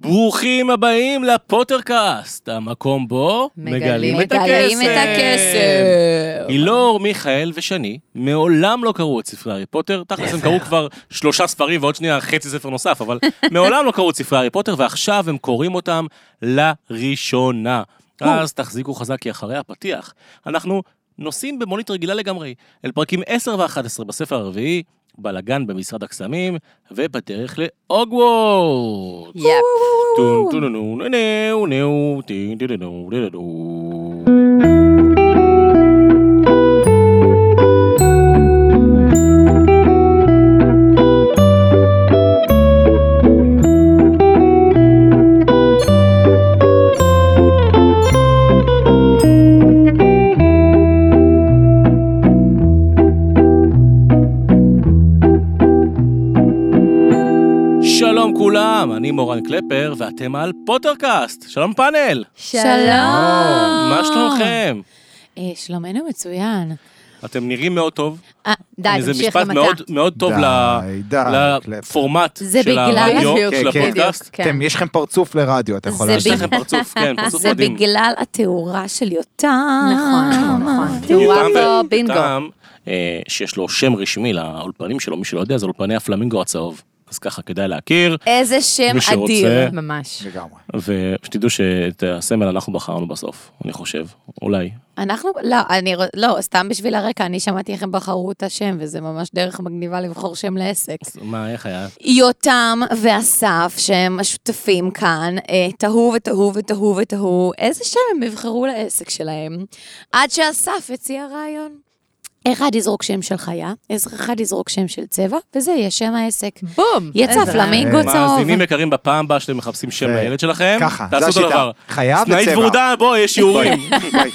ברוכים הבאים לפוטרקאסט, המקום בו מגלים את מגלים את הכסף. הכסף. אילור, מיכאל ושני מעולם לא קראו את ספרי הארי פוטר, תכלס הם קראו כבר שלושה ספרים ועוד שנייה חצי ספר נוסף, אבל מעולם לא קראו את ספרי הארי פוטר ועכשיו הם קוראים אותם לראשונה. אז תחזיקו חזק כי אחרי הפתיח אנחנו נוסעים במונית רגילה לגמרי אל פרקים 10 ו-11 בספר הרביעי, בלאגן במשרד הקסמים ובדרך להוגוורטס. יפ. טון טון נו נו נו נו טין טין נו נו נו שלום כולם, אני מורן קלפר ואתם על פוטרקאסט. שלום פאנל. שלום. מה שלומכם? אה, שלומנו מצוין. אתם נראים מאוד טוב. אה, די, זה תמשיך משפט למטה. מאוד מאוד טוב די, ל- די, קלפר. לפורמט זה של בגלל הרדיו, הדיוק, של כן, הפודקאסט. כן. אתם, יש לכם פרצוף לרדיו, אתה יכול זה יש להשאיר. לכם פרצוף, כן, פרצוף זה מדהים. בגלל התאורה של יותם. נכון, נכון. תאורה יותם פה, ו- בינגו. יותם, אה, שיש לו שם רשמי לאולפנים שלו, מי שלא יודע, זה אולפני הפלמינגו הצהוב. אז ככה כדאי להכיר, איזה שם מי שרוצה. אדיר. ממש. לגמרי. ושתדעו שאת הסמל אנחנו בחרנו בסוף, אני חושב, אולי. אנחנו, לא, אני, רוצ- לא, סתם בשביל הרקע, אני שמעתי איך הם בחרו את השם, וזה ממש דרך מגניבה לבחור שם לעסק. אז מה, איך היה? יותם ואסף, שהם השותפים כאן, אה, תהו ותהו ותהו ותהו, איזה שם הם יבחרו לעסק שלהם, עד שאסף הציע רעיון. אחד יזרוק שם של חיה, אחד יזרוק שם של צבע, וזה יהיה שם העסק. בום. יצא איזה פלמינגו אה, צהוב. מאזינים יקרים, בפעם הבאה שאתם מחפשים שם זה- לילד שלכם, ככה, תעשו אותו זו השיטה. דבר. חיה סנאית וצבע. ורודה, בוא, יש שיעורים. ביי.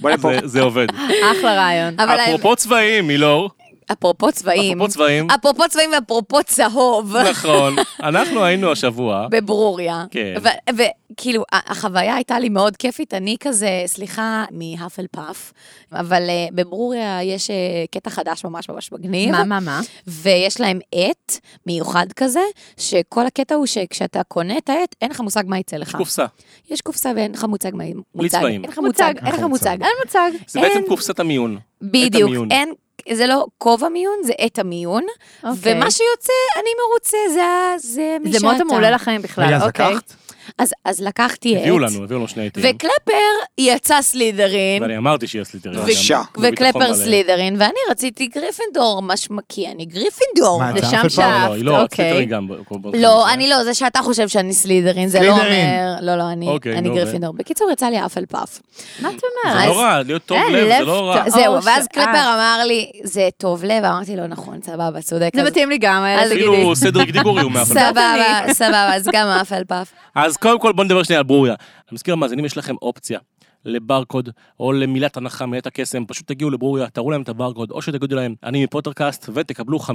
בוא אוקיי. לפה. זה- זה עובד. אחלה רעיון. אבל האמת- אפרופו צבעים, מילור, אפרופו צבעים. אפרופו צבעים, אפרופו צבעים ואפרופו צהוב. נכון, אנחנו היינו השבוע, בברוריה. כן. וכאילו, החוויה הייתה לי מאוד כיפית, אני כזה, סליחה, מהאפל פאף, אבל אה, בברוריה יש אה, קטע חדש ממש ממש מגניב. מה, מה, מה? ויש להם עט מיוחד כזה, שכל הקטע הוא שכשאתה קונה את העט, אין לך מושג מה יצא לך. קופסה. יש קופסה ואין לך מושג מה... מוצג. צבעים. אין לך מוצג, אין לך אין מוצג. מוצג. אין מוצג. זה בעצם אין- קופסת המיון. בדיוק, המיון. אין, זה לא כובע מיון, זה עת המיון, אוקיי. ומה שיוצא, אני מרוצה, זה, ה- זה מי זה שאתה. מוטו מעולה לחיים בכלל. רגע, אז אוקיי. לקחת? אז, אז לקחתי עת, הביאו לנו, הביאו לנו שני עיתים. וקלפר יצא סלידרין, ואני אמרתי שיש סליטרין. בבקשה. וקלפר סלידרין, ואני רציתי גריפינדור, מה שמקיא, אני גריפינדור. מה, זה זה שם אפל פאי? לא, שאפת, היא לא, אוקיי. סליטרין גם. ב- לא, אני לא, זה שאתה חושב שאני סלידרין, זה לא סלידרין. אומר... לא, לא, אני, אוקיי, אני נו, ו- גריפינדור. בקיצור, יצא לי אפל פאף. מה את זה אומרת? לא רע, להיות טוב אה, לב, זה לב לא רע. טוב. זהו, או, ואז שאת. קלפר אמר לי, זה טוב לב, אמרתי לו, נכון, סבבה, צודק. זה אז- מתאים לי גם, אז אל תגידי. אפילו סדר גדיגורי הוא מאפל. סבבה, סבבה, אז גם אפל פאף. אז קודם כל בוא נדבר שנייה על ברוריה. אני מזכיר למאזינים, יש לכם אופציה לברקוד או למילת הנחה מאת הקסם, פשוט תגיעו לברוריה, תראו להם את הברקוד, או שתגידו להם, אני מפוטרקאסט, ותקבלו 15%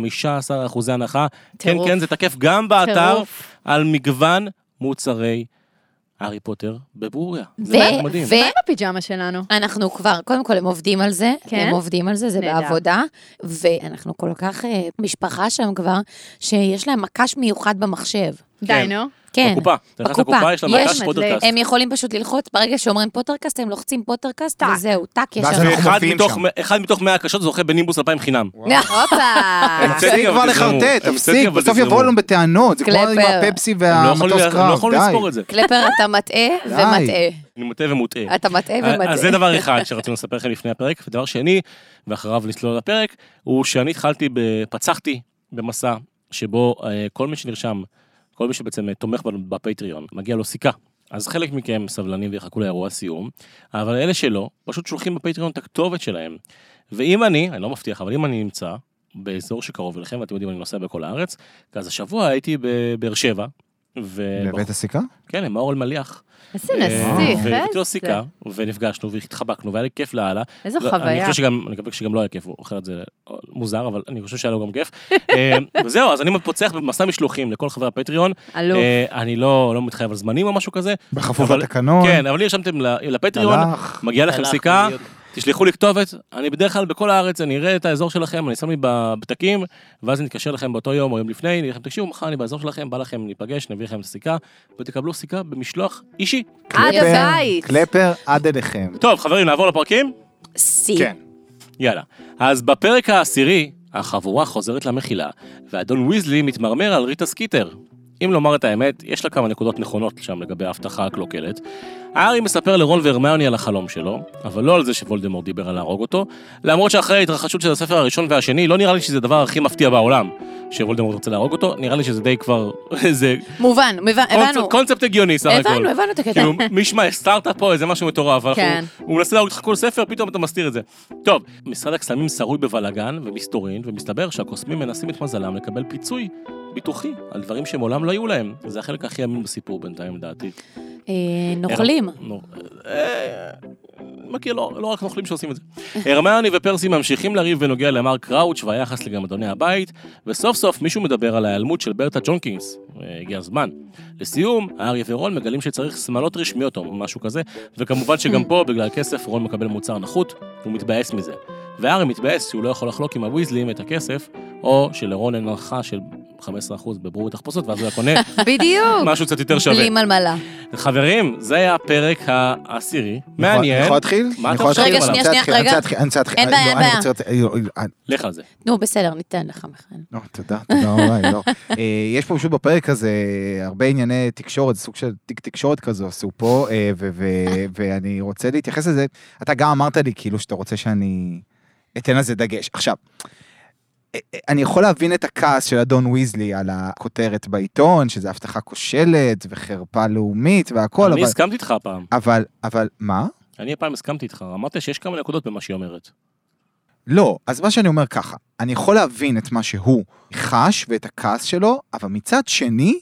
הנחה. כן, טירוף. כן, זה תקף גם באתר, טירוף. על מגוון מוצרי הארי פוטר בברוריה. זה ו- באמת מדהים. ו- מה עם הפיג'מה שלנו? אנחנו כבר, קודם כל הם עובדים על זה, כן? הם עובדים על זה, זה נהדר. בעבודה, ואנחנו כל כך אה, משפחה שם כבר, שיש להם מקש מיוחד במחשב. די, נו. כן. בקופה. אתה נכנס בקופה. לקופה, יש לה יש, מרכז מדליק. פוטרקאסט. הם יכולים פשוט ללחוץ, ברגע שאומרים פוטרקאסט, הם לוחצים פוטרקאסט, טאק. וזהו, טאק, יש ואז לנו. אנחנו אחד מופיעים מתוך- שם. אחד מתוך 100 הקשות זוכה בנימבוס 2,000 חינם. הופה. תפסיק אבל כבר תזרמו. לחרטט, תפסיק, תפסיק, אבל בסוף תזרמו. יבואו לנו בטענות, זה כמו קלפר. עם הפפסי הם לא יכולים- והמטוס הם לא קרב, יכולים די. לספור את זה. קלפר, אתה מטעה ומטעה. אני מוטעה ומוטעה. אתה מטעה אה, אז זה ומטעה. דבר אחד שרצינו לספר לכם לפני הפרק, ודבר שני, ואחריו נצלול לפרק, הוא שאני התחלתי, ב- פצחתי במסע שבו אה, כל מי שנרשם, כל מי שבעצם אה, תומך בנו בפטריון, מגיע לו סיכה. אז חלק מכם סבלנים ויחכו לאירוע סיום, אבל אלה שלא, פשוט שולחים בפטריון את הכתובת שלהם. ואם אני, אני לא מבטיח, אבל אם אני נמצא באזור שקרוב אליכם, ואתם יודעים, אני נוסע בכל הארץ, אז השבוע הייתי בבאר שבע. ו... בבית הסיכה? כן, עם מאור אלמליח. איזה אה, נסיך, והייתי לו איזה- סיכה, ונפגשנו והתחבקנו, והיה לי כיף לאללה. איזו לא, אני חוויה. חושב שגם, אני מקווה שגם לא היה כיף, הוא- אחרת זה מוזר, אבל אני חושב שהיה לו גם כיף. אה, וזהו, אז אני פוצח במסע משלוחים לכל חברי הפטריון. עלוב. אה, אני לא לא מתחייב על זמנים או משהו כזה. כן, בכפוף אבל- לתקנון? כן, אבל נרשמתם ל- לפטריון, הלך. מגיעה לכם סיכה, תשלחו לי כתובת, אני בדרך כלל בכל הארץ, אני אראה את האזור שלכם, אני שם לי בפתקים, ואז אני אתקשר לכם באותו יום או יום לפני, אני אגיד לכם, תקשיבו, מחר אני באזור שלכם, בא לכם, ניפגש, נביא לכם סיכה, ותקבלו סיכה במשלוח אישי. עד קלפר, הבית. קלפר עד אליכם. טוב, חברים, נעבור לפרקים? שיא. כן. יאללה. אז בפרק העשירי, החבורה חוזרת למחילה, ואדון ויזלי מתמרמר על ריטה סקיטר. אם לומר את האמת, יש לה כמה נקודות נכונות שם לגבי ההבטחה הקלוקלת. הארי מספר לרון והרמיוני על החלום שלו, אבל לא על זה שוולדמור דיבר על להרוג אותו, למרות שאחרי ההתרחשות של הספר הראשון והשני, לא נראה לי שזה הדבר הכי מפתיע בעולם, שוולדמור רוצה להרוג אותו, נראה לי שזה די כבר, זה מובן, מובן, הבנו. קונספט- קונספט הגיוני סך הכל. הבנו, הבנו את הקטע. כאילו, מי שמע, הסתרת פה איזה משהו מטורף, אנחנו- כן. הוא מנסה להרוג אותך כל ספר, פתאום אתה מסתיר את זה. טוב, משרד הקסמים שרוי בבלאגן ומסתורין, ומסתבר שהקוסמים מנסים את מזלם לקבל פיצוי ביטוחי על דברים שמעולם לא היו להם. זה החלק הכי אמין בסיפור בינתיים, לדעתי. אה, נוכלים. נו, אה, מכיר, לא, לא רק נוכלים שעושים את זה. הרמיוני ופרסי ממשיכים לריב בנוגע למר קראוץ' והיחס לגמדוני הבית, וסוף סוף מישהו מדבר על ההיעלמות של ברטה ג'ונקינס. אה, הגיע הזמן. לסיום, הארי ורון מגלים שצריך שמלות רשמיות או משהו כזה, וכמובן שגם פה, בגלל כסף, רון מקבל מוצר נחות, הוא מתבאס מזה. והארי מתבאס שהוא לא יכול לחלוק עם הוויזלים את הכסף, או שלרון אין הנחה של 15% בברור ותחפושות, ואז הוא היה קונה בדיוק. משהו קצת יותר לא שווה. בלי מלמלה. חברים, זה היה הפרק העשירי. מעניין. אני יכול להתחיל? מה אני אתה יכול רוצה? להתחיל? רגע, שנייה, אני רוצה שנייה, להתחיל, אני רגע. רוצה להתחיל, אני רוצה להתחיל. אין בעיה, אין לא, אני בעיה. רוצה להתחיל, אה, לך על זה. נו, בסדר, ניתן לך, מיכאל. לא, תודה, תודה רבה, לא. אה, יש פה פשוט בפרק הזה הרבה ענייני תקשורת, סוג של תיק תקשורת כזה עשו פה, אה, ו- ו- ואני רוצה להתייחס לזה. אתה גם אמרת לי כאילו שאתה רוצה שאני אתן לזה דגש. עכשיו, אה, אה, אני יכול להבין את הכעס של אדון ויזלי על הכותרת בעיתון, שזה הבטחה כושלת וחרפה לאומית והכל, אני אבל... הסכמתי איתך הפעם. אבל, אבל, מה? אני הפעם הסכמתי איתך. אמרת שיש כמה נקודות במה שהיא אומרת. לא, אז מה שאני אומר ככה, אני יכול להבין את מה שהוא חש ואת הכעס שלו, אבל מצד שני,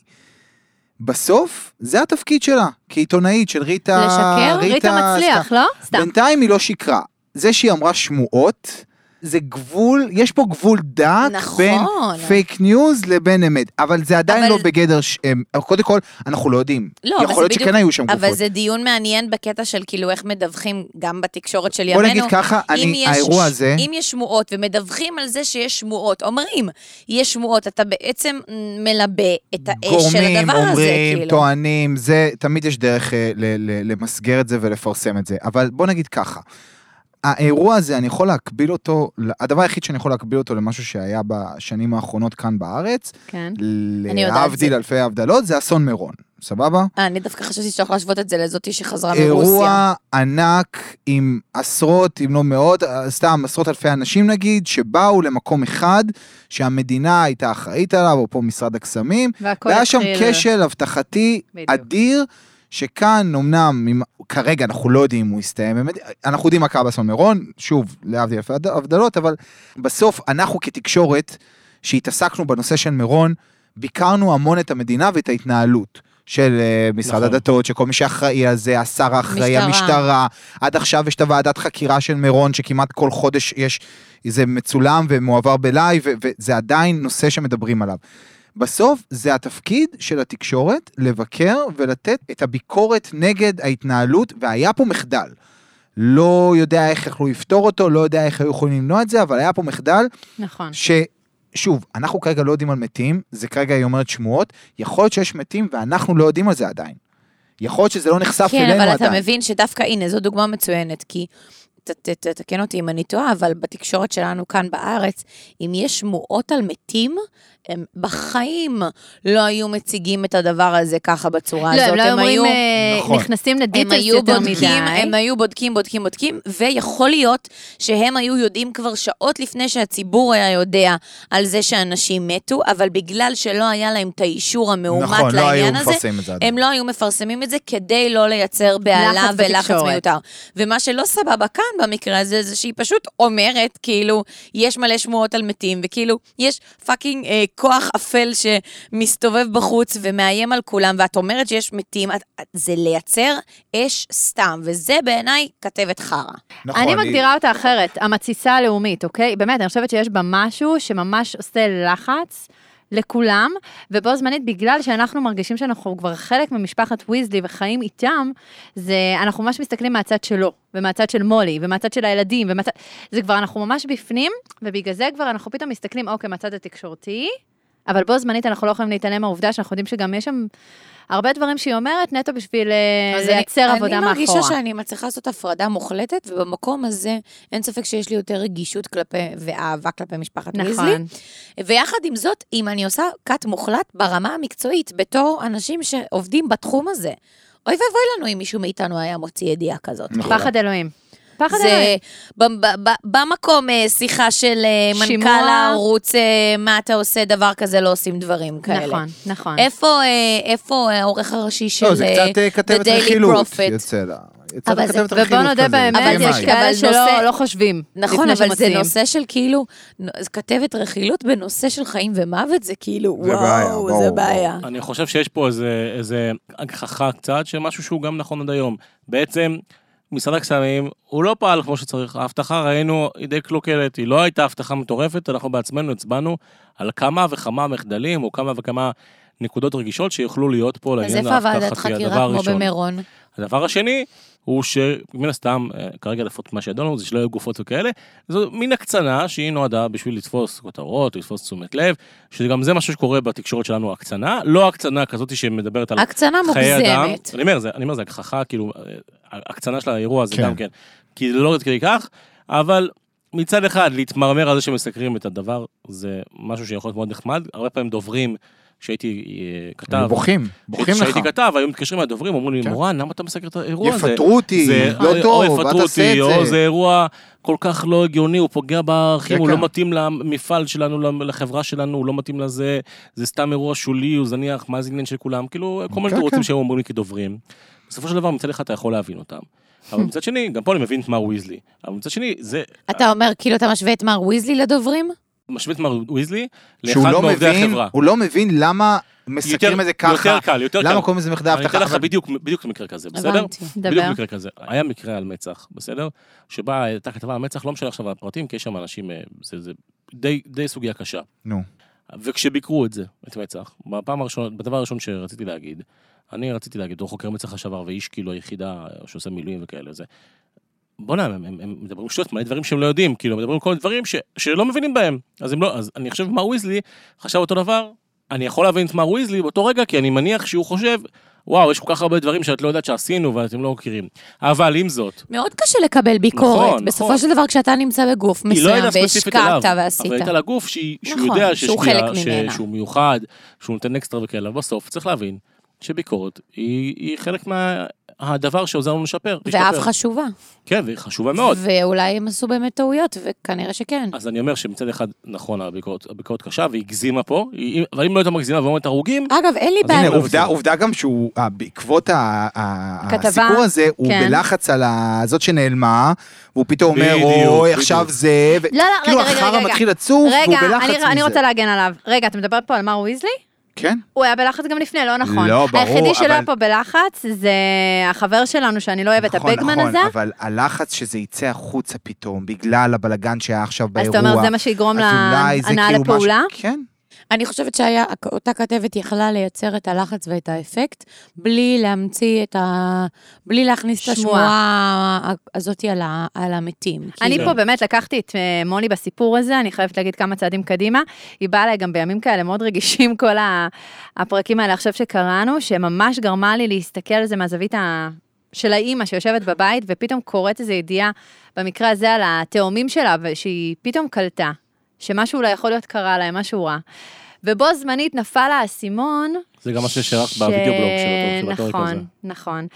בסוף זה התפקיד שלה, כעיתונאית של אה, ריטה... לשקר? ריטה מצליח, לא? סתם. סתם. בינתיים היא לא שיקרה. זה שהיא אמרה שמועות, זה גבול, יש פה גבול דק נכון. בין פייק ניוז לבין אמת, אבל זה עדיין אבל- לא בגדר, ש... אמ, קודם כל, אנחנו לא יודעים. לא, אבל זה יכול להיות בדיוק- שכן היו שם גופות. אבל זה דיון מעניין בקטע של כאילו איך מדווחים גם בתקשורת של בוא ימינו. נגיד ככה, אם אני, יש- האירוע הזה... אם יש שמועות ומדווחים על זה שיש שמועות, אומרים, יש שמועות, אתה בעצם מלבה את האש של גורמים, הדבר הזה, אומרים, כאילו. טוענים, זה, תמיד יש דרך אה, ל- ל- למסגר את זה ולפרסם את זה. אבל בוא נגיד ככה, האירוע הזה, אני יכול להקביל אותו, ל- הדבר היחיד שאני יכול להקביל אותו למשהו שהיה בשנים האחרונות כאן בארץ, כן. יודעת להבדיל זה. אלפי הבדלות, זה אסון מירון, סבבה? אה, אני דווקא חשבתי שאתה יכול להשוות את זה לזאתי שחזרה מרוסיה. אירוע ענק עם עשרות, אם לא מאות, אה, סתם עשרות אלפי אנשים נגיד, שבאו למקום אחד שהמדינה הייתה אחראית עליו, או פה משרד הקסמים, והכל והיה שם התחיל- כשל אבטחתי בדיוק. אדיר, שכאן אמנם, אם- כרגע אנחנו לא יודעים אם הוא יסתיים, באמת, אנחנו יודעים מה קרה באסון מירון, שוב, להבדיל אלפי הבד- הבדלות, אבל בסוף אנחנו כתקשורת, שהתעסקנו בנושא של מירון, ביקרנו המון את המדינה ואת ההתנהלות. של אה, משרד נכון. הדתות, שכל מי שאחראי על זה, השר האחראי, משטרה. המשטרה, עד עכשיו יש את הוועדת חקירה של מירון, שכמעט כל חודש יש, זה מצולם ומועבר בלייב, ו- וזה עדיין נושא שמדברים עליו. בסוף זה התפקיד של התקשורת לבקר ולתת את הביקורת נגד ההתנהלות, והיה פה מחדל. לא יודע איך יכלו לפתור אותו, לא יודע איך היו יכולים למנוע את זה, אבל היה פה מחדל נכון. ששוב, אנחנו כרגע לא יודעים על מתים, זה כרגע היא אומרת שמועות, יכול להיות שיש מתים ואנחנו לא יודעים על זה עדיין. יכול להיות שזה לא נחשף כן, אלינו אבל אתה עדיין. מבין שדווקא, הנה, זו דוגמה מצוינת, כי... ת- ת- ת- תקן אותי אם אני טועה, אבל בתקשורת שלנו כאן בארץ, אם יש שמועות על מתים, הם בחיים לא היו מציגים את הדבר הזה ככה בצורה לא, הזאת. הם לא היו אומרים, היו- אה, נכון. נכנסים הם לדיטלס היו יותר בודקים, הם מדי. היו בודקים, בודקים, בודקים, ויכול להיות שהם היו יודעים כבר שעות לפני שהציבור היה יודע על זה שאנשים מתו, אבל בגלל שלא היה להם את האישור המאומת נכון, לא היו לעניין הזה, מפרסמים את זה עדיין. הם לא היו מפרסמים את זה כדי לא לייצר בהלה לחץ ולחץ בתקשורת. מיותר. ומה שלא סבבה כאן במקרה הזה, זה שהיא פשוט אומרת, כאילו, יש מלא שמועות על מתים, וכאילו, יש פאקינג אה, כוח אפל שמסתובב בחוץ ומאיים על כולם, ואת אומרת שיש מתים, את, את, זה לייצר אש סתם, וזה בעיניי כתבת חרא. נכון, אני היא- מגדירה אותה אחרת, המתסיסה הלאומית, אוקיי? באמת, אני חושבת שיש בה משהו שממש עושה לחץ לכולם, ובו זמנית, בגלל שאנחנו מרגישים שאנחנו כבר חלק ממשפחת ויזלי וחיים איתם, זה, אנחנו ממש מסתכלים מהצד שלו, ומהצד של מולי, ומהצד של הילדים, ומהצד... זה כבר, אנחנו ממש בפנים, ובגלל זה כבר אנחנו פתאום מסתכלים, אוקיי, מהצד התקשורתי, אבל בו זמנית אנחנו לא יכולים להתעלם מהעובדה שאנחנו יודעים שגם יש שם הרבה דברים שהיא אומרת נטו בשביל אה, אז לייצר אני- עבודה מאחורה. אני מרגישה שאני מצליחה לעשות הפרדה מוחלטת, ובמקום הזה אין ספק שיש לי יותר רגישות כלפי, ואהבה כלפי משפחת ויזלי. נכון. ויחד עם זאת, אם אני עושה כת מוחלט ברמה המקצועית, בתור אנשים שעובדים בתחום הזה, אוי ואבוי לנו אם מישהו מאיתנו היה מוציא ידיעה כזאת. נכון. פחד אלוהים. פחד זה אלוהים. ב- ב- ב- במקום אה, שיחה של אה, שימוע. מנכ"ל הערוץ, אה, מה אתה עושה, דבר כזה, לא עושים דברים כאלה. נכון, נכון. איפה, אה, איפה העורך הראשי של לא, זה קצת אה, אה, The כתבת Daily רכילות Prophet. יצא לה. יצא לה אבל זה- כתבת רכילות כזה. ובוא נודה אבל באמת, זה יש מים. כאלה אבל נושא- שלא לא חושבים. נכון, לפני אבל זה שמוציאים. נושא של כאילו, נ- כתבת רכילות בנושא של חיים ומוות, זה כאילו, זה בעיה, וואו, ברור, זה בעיה. אני חושב שיש פה איזה, איזה הגחכה קצת, שמשהו שהוא גם נכון עד היום. בעצם, משרד הקסמים, הוא לא פעל כמו שצריך. ההבטחה, ראינו, היא די קלוקלת, היא לא הייתה הבטחה מטורפת, אנחנו בעצמנו הצבענו על כמה וכמה מחדלים, או כמה וכמה נקודות רגישות שיוכלו להיות פה אז לעניין איפה הוועדת ההבטחתי, חקירה הדבר כמו הראשון. במירון? הדבר השני, הוא שמן הסתם, אה, כרגע לפחות מה שידוע לנו זה שלא היו גופות וכאלה, זו מין הקצנה שהיא נועדה בשביל לתפוס כותרות, לתפוס תשומת לב, שגם זה משהו שקורה בתקשורת שלנו, הקצנה, לא הקצנה כזאת שמדברת על הקצנה חיי אדם. מוגזמת. אני אומר, זה, אני אומר, זה הגחכה, כאילו, אה, הקצנה של האירוע הזה כן. גם כן, כי זה לא עד כדי כך, אבל מצד אחד, להתמרמר על זה שמסקרים את הדבר, זה משהו שיכול להיות מאוד נחמד, הרבה פעמים דוברים, כשהייתי אה, הם כתב, בוכים, בוכים לך. כשהייתי כתב, היו מתקשרים מהדוברים, אומרים לי, כן. מורן, למה אתה מסקר את האירוע הזה? יפטרו אותי, זה- לא או- טוב, או מה יפטרו תעשה את אותי, או זה זה? אירוע כל כך לא הגיוני, הוא פוגע בערכים, הוא רגע. לא מתאים למפעל שלנו, למ- לחברה שלנו, הוא לא מתאים לזה, זה סתם אירוע שולי, הוא זניח, מה זה עניין של כולם? כאילו, כל מיני כן, תירוצים כן. שהם אומרים לי כדוברים. בסופו של דבר, מצד אחד אתה יכול להבין אותם. אבל מצד שני, גם פה אני מבין את מר ויזלי. אבל מצד שני, זה אתה אומר, כאילו אתה משווה את מר ויזלי לדוברים? משווה את מר ויזלי שהוא לאחד לא מעובדי מבין, החברה. הוא לא מבין למה מסקרים יותר- את זה ככה. יותר קל, יותר קל. למה קוראים לזה מחדל אני אתן אבטחה? לך אבל- בדיוק בדיוק מקרה כזה, בסדר? הבנתי. בדיוק דבר. מקרה כזה. היה מקרה על מצ"ח, בסדר? שבה הייתה כתבה על מצ"ח, לא משנה עכשיו על הפרטים, כי יש שם אנשים, אה, זה זה די- די סוגיה קשה. נו. וכשביקרו את זה, את מצ"ח, בפעם הראשונה, בדבר הראשון שרציתי להגיד, אני רציתי להגיד, הוא חוקר מצ"ח לשעבר, ואיש כאילו היחידה שעושה מילואים וכאלה, זה... בוא'נה, הם, הם, הם מדברים שטויות, מלא דברים שהם לא יודעים, כאילו, מדברים כל מיני דברים ש, שלא מבינים בהם. אז הם לא, אז אני חושב שמר ויזלי חשב אותו דבר, אני יכול להבין את מר ויזלי באותו רגע, כי אני מניח שהוא חושב, וואו, יש כל כך הרבה דברים שאת לא יודעת שעשינו ואתם לא מכירים. אבל עם זאת, מאוד קשה לקבל ביקורת. נכון, בסופו נכון. של דבר, כשאתה נמצא בגוף היא לא מסוים הייתה ספציפית אליו, והשקעת ועשית. אבל הייתה לה גוף שהיא, שהוא נכון, יודע שהוא שהשקיע, חלק ש- ממנה. שהוא מיוחד, שהוא נותן אקסטרה וכאלה, אבל בסוף צריך להבין שביקורת היא, היא חלק מהדבר שעוזר לנו לשפר. ואף להשתפר. חשובה. כן, והיא חשובה מאוד. ואולי הם עשו באמת טעויות, וכנראה שכן. אז אני אומר שמצד אחד, נכון, הביקורת, הביקורת קשה, והיא הגזימה פה, היא, אבל אם לא הייתה מגזימה ואומרת הרוגים, אגב, אין לי אז הנה, הנה, בעיה. לא עובדה, בסדר. עובדה גם שהוא, אה, בעקבות ה- ה- כתבה, הסיפור הזה, הוא כן. בלחץ על ה- זאת שנעלמה, והוא פתאום אומר, בדיוק, אוי, בדיוק. עכשיו זה, ו- לא, לא, רגע, כאילו רגע, רגע, החרא רגע. מתחיל לצוף, והוא רגע, בלחץ אני- מזה. אני רוצה להגן עליו. רגע, אתה מדבר פה על מר ויזלי? כן? הוא היה בלחץ גם לפני, לא נכון. לא, ברור, היחידי שלא אבל- היה פה בלחץ זה החבר שלנו, שאני לא אוהבת, נכון, הבגמן נכון, הזה. אבל הלחץ שזה יצא החוצה פתאום, בגלל הבלגן שהיה עכשיו אז באירוע. אתה אומר, זה מה שיגרום אז אולי זה להנאה כאילו משהו- לפעולה? כן. אני חושבת שאותה כתבת יכלה לייצר את הלחץ ואת האפקט, בלי להמציא את ה... בלי להכניס את שמועה. השמועה הזאת על ה- על המתים. אני כאילו. פה באמת לקחתי את אה, מולי בסיפור הזה, אני חייבת להגיד כמה צעדים קדימה. היא באה אליי גם בימים כאלה מאוד רגישים, כל ה- הפרקים האלה עכשיו שקראנו, שממש גרמה לי להסתכל על זה מהזווית ה... של האימא שיושבת בבית, ופתאום קוראת איזו ידיעה, במקרה הזה על התאומים שלה, ושהיא פתאום קלטה שמשהו אולי יכול להיות קרה להם, משהו רע. ובו זמנית נפל האסימון זה גם מה ששייך בווידאו בלוג שלו, של הפרק הזה. נכון, נכון.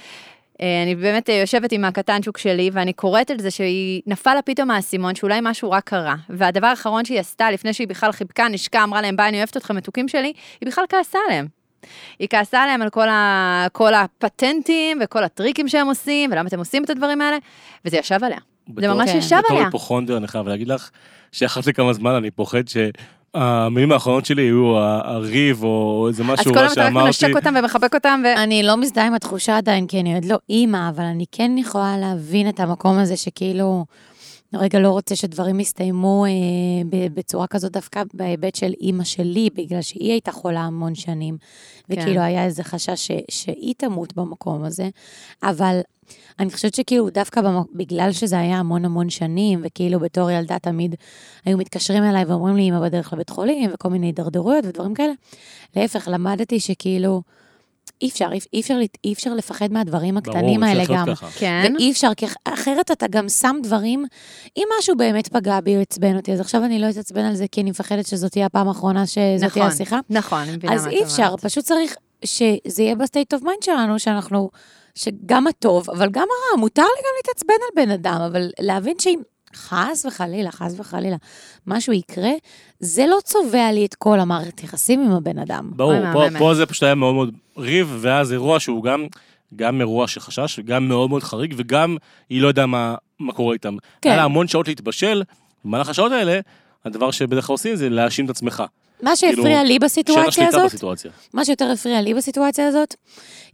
אה, אני באמת אה, יושבת עם הקטנצ'וק שלי, ואני קוראת על זה שהיא נפל לה פתאום האסימון, שאולי משהו רע קרה. והדבר האחרון שהיא עשתה, לפני שהיא בכלל חיבקה, נשקה, אמרה להם, ביי, אני אוהבת אתכם, מתוקים שלי, היא בכלל כעסה עליהם. היא כעסה עליהם על כל, ה... כל הפטנטים וכל הטריקים שהם עושים, ולמה אתם עושים את הדברים האלה, וזה ישב עליה. זה בתור- ממש כן. ישב בתור עליה. היפוכונדר, אני חייב להגיד לך, שאחת לכמה זמן אני פוחד שהמילים האחרונות שלי יהיו ה- הריב או איזה אז משהו כל רע הזמן אתה רק שאמרתי. מנשק אותם ומחבק אותם, ו... אני לא מזדהה עם התחושה עדיין, כי אני עוד לא אימא, אבל אני כן יכולה להבין את המקום הזה שכאילו, רגע לא רוצה שדברים יסתיימו אה, ב- בצורה כזאת דווקא בהיבט של אימא שלי, בגלל שהיא הייתה חולה המון שנים, כן. וכאילו היה איזה חשש ש, שהיא תמות במקום הזה, אבל אני חושבת שכאילו דווקא במק... בגלל שזה היה המון המון שנים, וכאילו בתור ילדה תמיד היו מתקשרים אליי ואומרים לי, אמא בדרך לבית חולים, וכל מיני הידרדרויות ודברים כאלה, להפך, למדתי שכאילו... אי אפשר, אי- אי אפשר, אי אפשר לפחד מהדברים הקטנים ברור, האלה אפשר גם. לעשות ככה. כן. ואי אפשר, כי אח- אחרת אתה גם שם דברים, אם משהו באמת פגע בי או עצבן אותי, אז עכשיו אני לא אתעצבן על זה, כי אני מפחדת שזאת תהיה הפעם האחרונה שזאת תהיה השיחה. נכון, אני מבינה מה אז את אי אפשר, אומרת. פשוט צריך שזה יהיה בסטייט אוף מיינד שלנו, שאנחנו, שגם הטוב, אבל גם הרע, מותר לי גם להתעצבן על בן אדם, אבל להבין שאם חס וחלילה, חס וחלילה, משהו יקרה, זה לא צובע לי את כל המערכת יחסים עם הבן אדם. ברור, אוי, מה, פה, באמת. פה זה פשוט היה מאוד מאוד ריב, ואז אירוע שהוא גם, גם אירוע של חשש, וגם מאוד מאוד חריג, וגם היא לא יודעה מה, מה קורה איתם. כן. היה לה המון שעות להתבשל, במהלך השעות האלה, הדבר שבדרך כלל עושים זה להאשים את עצמך. מה שהפריע כאילו, לי שאין לך בסיטואציה שליטה הזאת, בסיטואציה. מה שיותר הפריע לי בסיטואציה הזאת,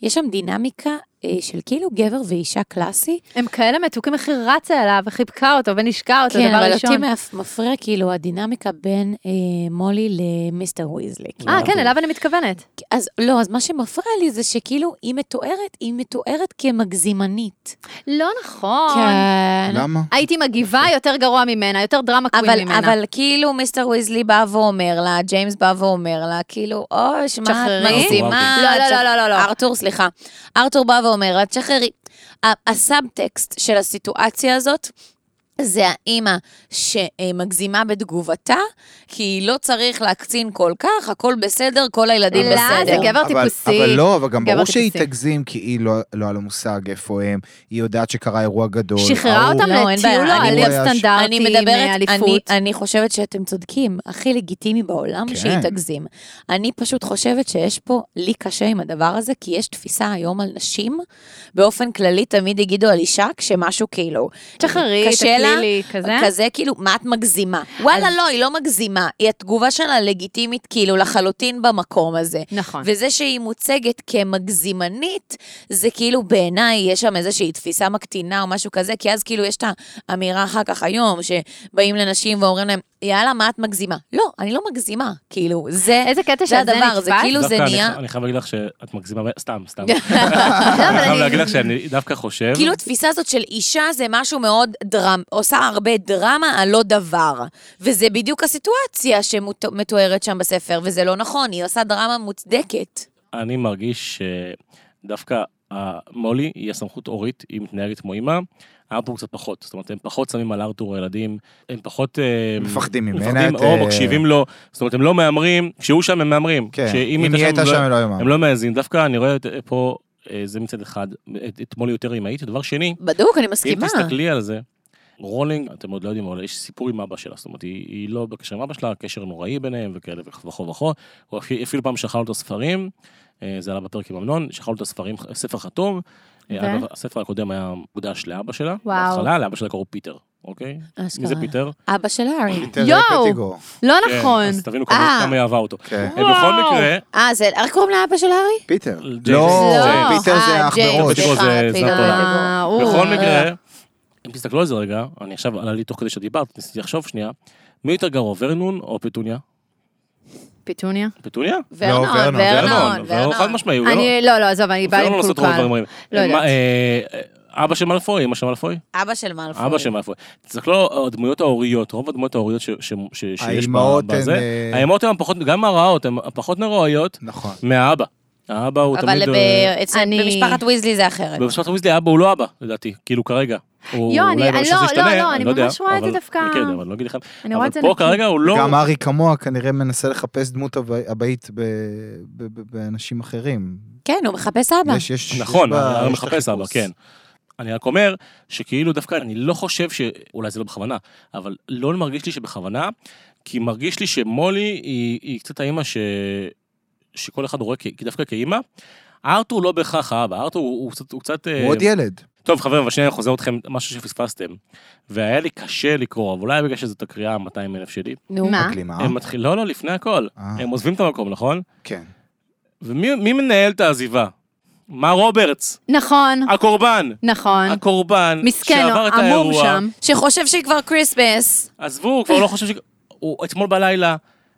יש שם דינמיקה אה, של כאילו גבר ואישה קלאסי. הם כאלה מתוקים, איך היא רצה אליו, וחיבקה אותו, ונשקה אותו, כן, דבר אבל אותי ראשון. אה, מאפ- מפריע כאילו הדינמיקה בין אה, מולי למיסטר ויזלי. אה, כן, אליו אני מתכוונת. אז לא, אז מה שמפריע לי זה שכאילו היא מתוארת, היא מתוארת כמגזימנית. לא נכון. כן. למה? הייתי מגיבה יותר גרוע ממנה, יותר דרמה קווין אבל, ממנה. אבל כאילו מיסטר ויזלי בא ואומר לה, ג'יימס בא ואומר לה, כאילו, אוי, שמע, את תשחררי. מגזימה. לא, לא, לא, לא, לא, לא. ארתור, סליחה. ארתור בא ואומר לה, תשחררי. ה- הסאבטקסט של הסיטואציה הזאת, זה האימא שמגזימה בתגובתה, כי לא צריך להקצין כל כך, הכל בסדר, כל הילדים לה בסדר. זה גבר אבל- טיפוסי. אבל לא, אבל גם גבר ברור שהיא טיפוסי. תגזים, כי היא לא לא היה לה מושג איפה הם, היא יודעת שקרה אירוע גדול. שחררה ההוא- אותם לא, אין לטיול בעיה, אני- על אני אני סטנדרטים, מדברת, אני, אה, אליפות. אני חושבת שאתם צודקים, הכי לגיטימי בעולם כן. כן. שהיא תגזים. אני פשוט חושבת שיש פה, לי קשה עם הדבר הזה, כי יש תפיסה היום על נשים, באופן כללי תמיד יגידו על אישה כשמשהו כאילו, תשחררי, קשה לה, תקלי לי, כזה. כזה כאילו, מה את מגזימה? וואלה, לא, היא לא מגזימה, היא התגובה שלה לגיטימית כאילו לחלוטין במקום הזה. נכון. וזה שהיא מוצגת כמגזימנית, זה כאילו בעיניי יש שם איזושהי תפיסה מקטינה או משהו כזה, כי אז כאילו יש את האמירה אחר כך היום, שבאים לנשים ואומרים להם, יאללה, מה את מגזימה? לא, אני לא מגזימה, כאילו, זה... איזה קטע זה שעל זה הדבר, זה נתפס. כאילו זה דווקא אני נהיה... ח- אני חייב להגיד לך שאת מגזימה, ב- סתם, סתם. לא, אבל אני חייב אני- להגיד לך שאני דווקא חושב... כאילו התפיסה הזאת של אישה זה משהו מאוד דרם, עושה הרבה דרמה על לא דבר. וזה בדיוק הסיטואציה שמתוארת שם בספר, וזה לא נכון, היא עושה דרמה מוצדקת. אני מרגיש שדווקא ה- מולי היא הסמכות הורית, היא מתנהגת כמו אימא, ארתור קצת פחות, זאת אומרת, הם פחות שמים על ארתור הילדים, הם פחות... אה, מפחדים ממנה, מפחדים את, או אה, מקשיבים לו, זאת אומרת, הם לא מהמרים, כשהוא שם הם מהמרים. כן, כשאם אם היא הייתה שם, הם היא לא- לא יאמר. הם לא מאזינים, דווקא אני רואה את- פה, אה, זה מצד אחד, את- את מולי יותר אימהית, ודבר שני, בדוק, אני אם מסכימה. תסתכלי על זה, רולינג, אתם עוד לא יודעים, אבל יש סיפור עם אבא שלה, זאת אומרת, היא, היא לא בקשר עם אבא שלה, קשר נוראי ביניהם וכאלה וכו' וכו'. הוא אפילו, אפילו פעם שכל לו את הספרים, אה, זה עלה בפרק עם אמנון, שכל לו את הספרים, ספר חתום. אה, ו? אגב, הספר הקודם היה מוקדש לאבא שלה. וואו. אה, בהתחלה, לאבא שלה קראו פיטר, אוקיי? מי זה אוקיי. פיטר? אבא של הארי. תראה, יואו! פטיגור. לא כן, נכון. אז תבינו כמה אה. כמה היא אהבה אותו. כן. אה, בכל מקרה, אה, זה, איך קוראים לאבא של הארי? פיטר. ג'יימס. לא, לא. פיטר זה אה, אח ג'יימס, בראש. פטיגור זה סליחה, זנב תולעת. אה, או. בכל מקרה, אם תסתכלו על זה רגע, אני עכשיו, עלה לי תוך כדי שדיברת, ניסיתי לחשוב שנייה, מי יותר גרוע, ורנון או פטוניה? פיטוניה. פטוניה? ורנון, ורנון, ורנון, לא, ורנון, נכון, חד ורנון. משמעי, הוא לא... אני, לא, לא, עזוב, אני באה אפילו לא עם לעשות רוב קולקל. הדברים האלה. לא יודעת. מה, אה, אה, אבא של מאלפוי, אמא של מאלפוי? אבא של מאלפוי. אבא של מאלפוי. תסתכלו, הדמויות ההוריות, רוב הדמויות ההוריות ש- ש- ש- שיש האימהות ב- בזה, הן, אה, האימהות הן פחות, גם הרעות, הן פחות נוראיות נכון. מהאבא. האבא הוא אבל תמיד... ב- אה, אצל- אני- במשפחת ויזלי זה אחרת. אה, במשפחת ויזלי אבא הוא לא אבא, לדעתי, כאילו כרגע. הוא- יו, אני- אולי אני בראשון זה לא- ישתנה, לא, לא, אני יודע, ממש רואה את זה אבל- דווקא- כן, אבל לא אגיד לכם. אני רואה אבל את זה פה נקי. כרגע הוא לא... גם ארי כמוה כנראה מנסה לחפש דמות אב- אבאית ב- ב- ב- באנשים אחרים. כן, הוא מחפש אבא. יש- יש- נכון, יש בה- אני יש את מחפש אבא, החיפוש. כן. אני רק אומר שכאילו דווקא אני לא חושב ש... אולי זה לא בכוונה, אבל לא מרגיש לי שבכוונה, כי מרגיש לי שמולי היא, היא קצת האימא ש... שכל אחד רואה כ... דווקא כאימא. ארתור לא בהכרח האבא, ארתור הוא, הוא קצת... הוא קצת אה, הוא עוד ילד. טוב, חברים, אבל שנייה אני חוזר אתכם משהו שפספסתם. והיה לי קשה לקרוא, אבל אולי בגלל שזאת הקריאה ה-200 אלף שלי. נו, מה? מקלימה. הם מתחילים... לא, לא, לפני הכל. אה. הם עוזבים את המקום, נכון? כן. ומי מי מנהל את העזיבה? מה רוברטס? נכון, הקורבן. נכון. הקורבן, מסכן, שעבר את המום האירוע, שם. שחושב שהיא כבר כריסמס. עזבו, הוא כבר לא חושב ש... הוא אתמול בלילה,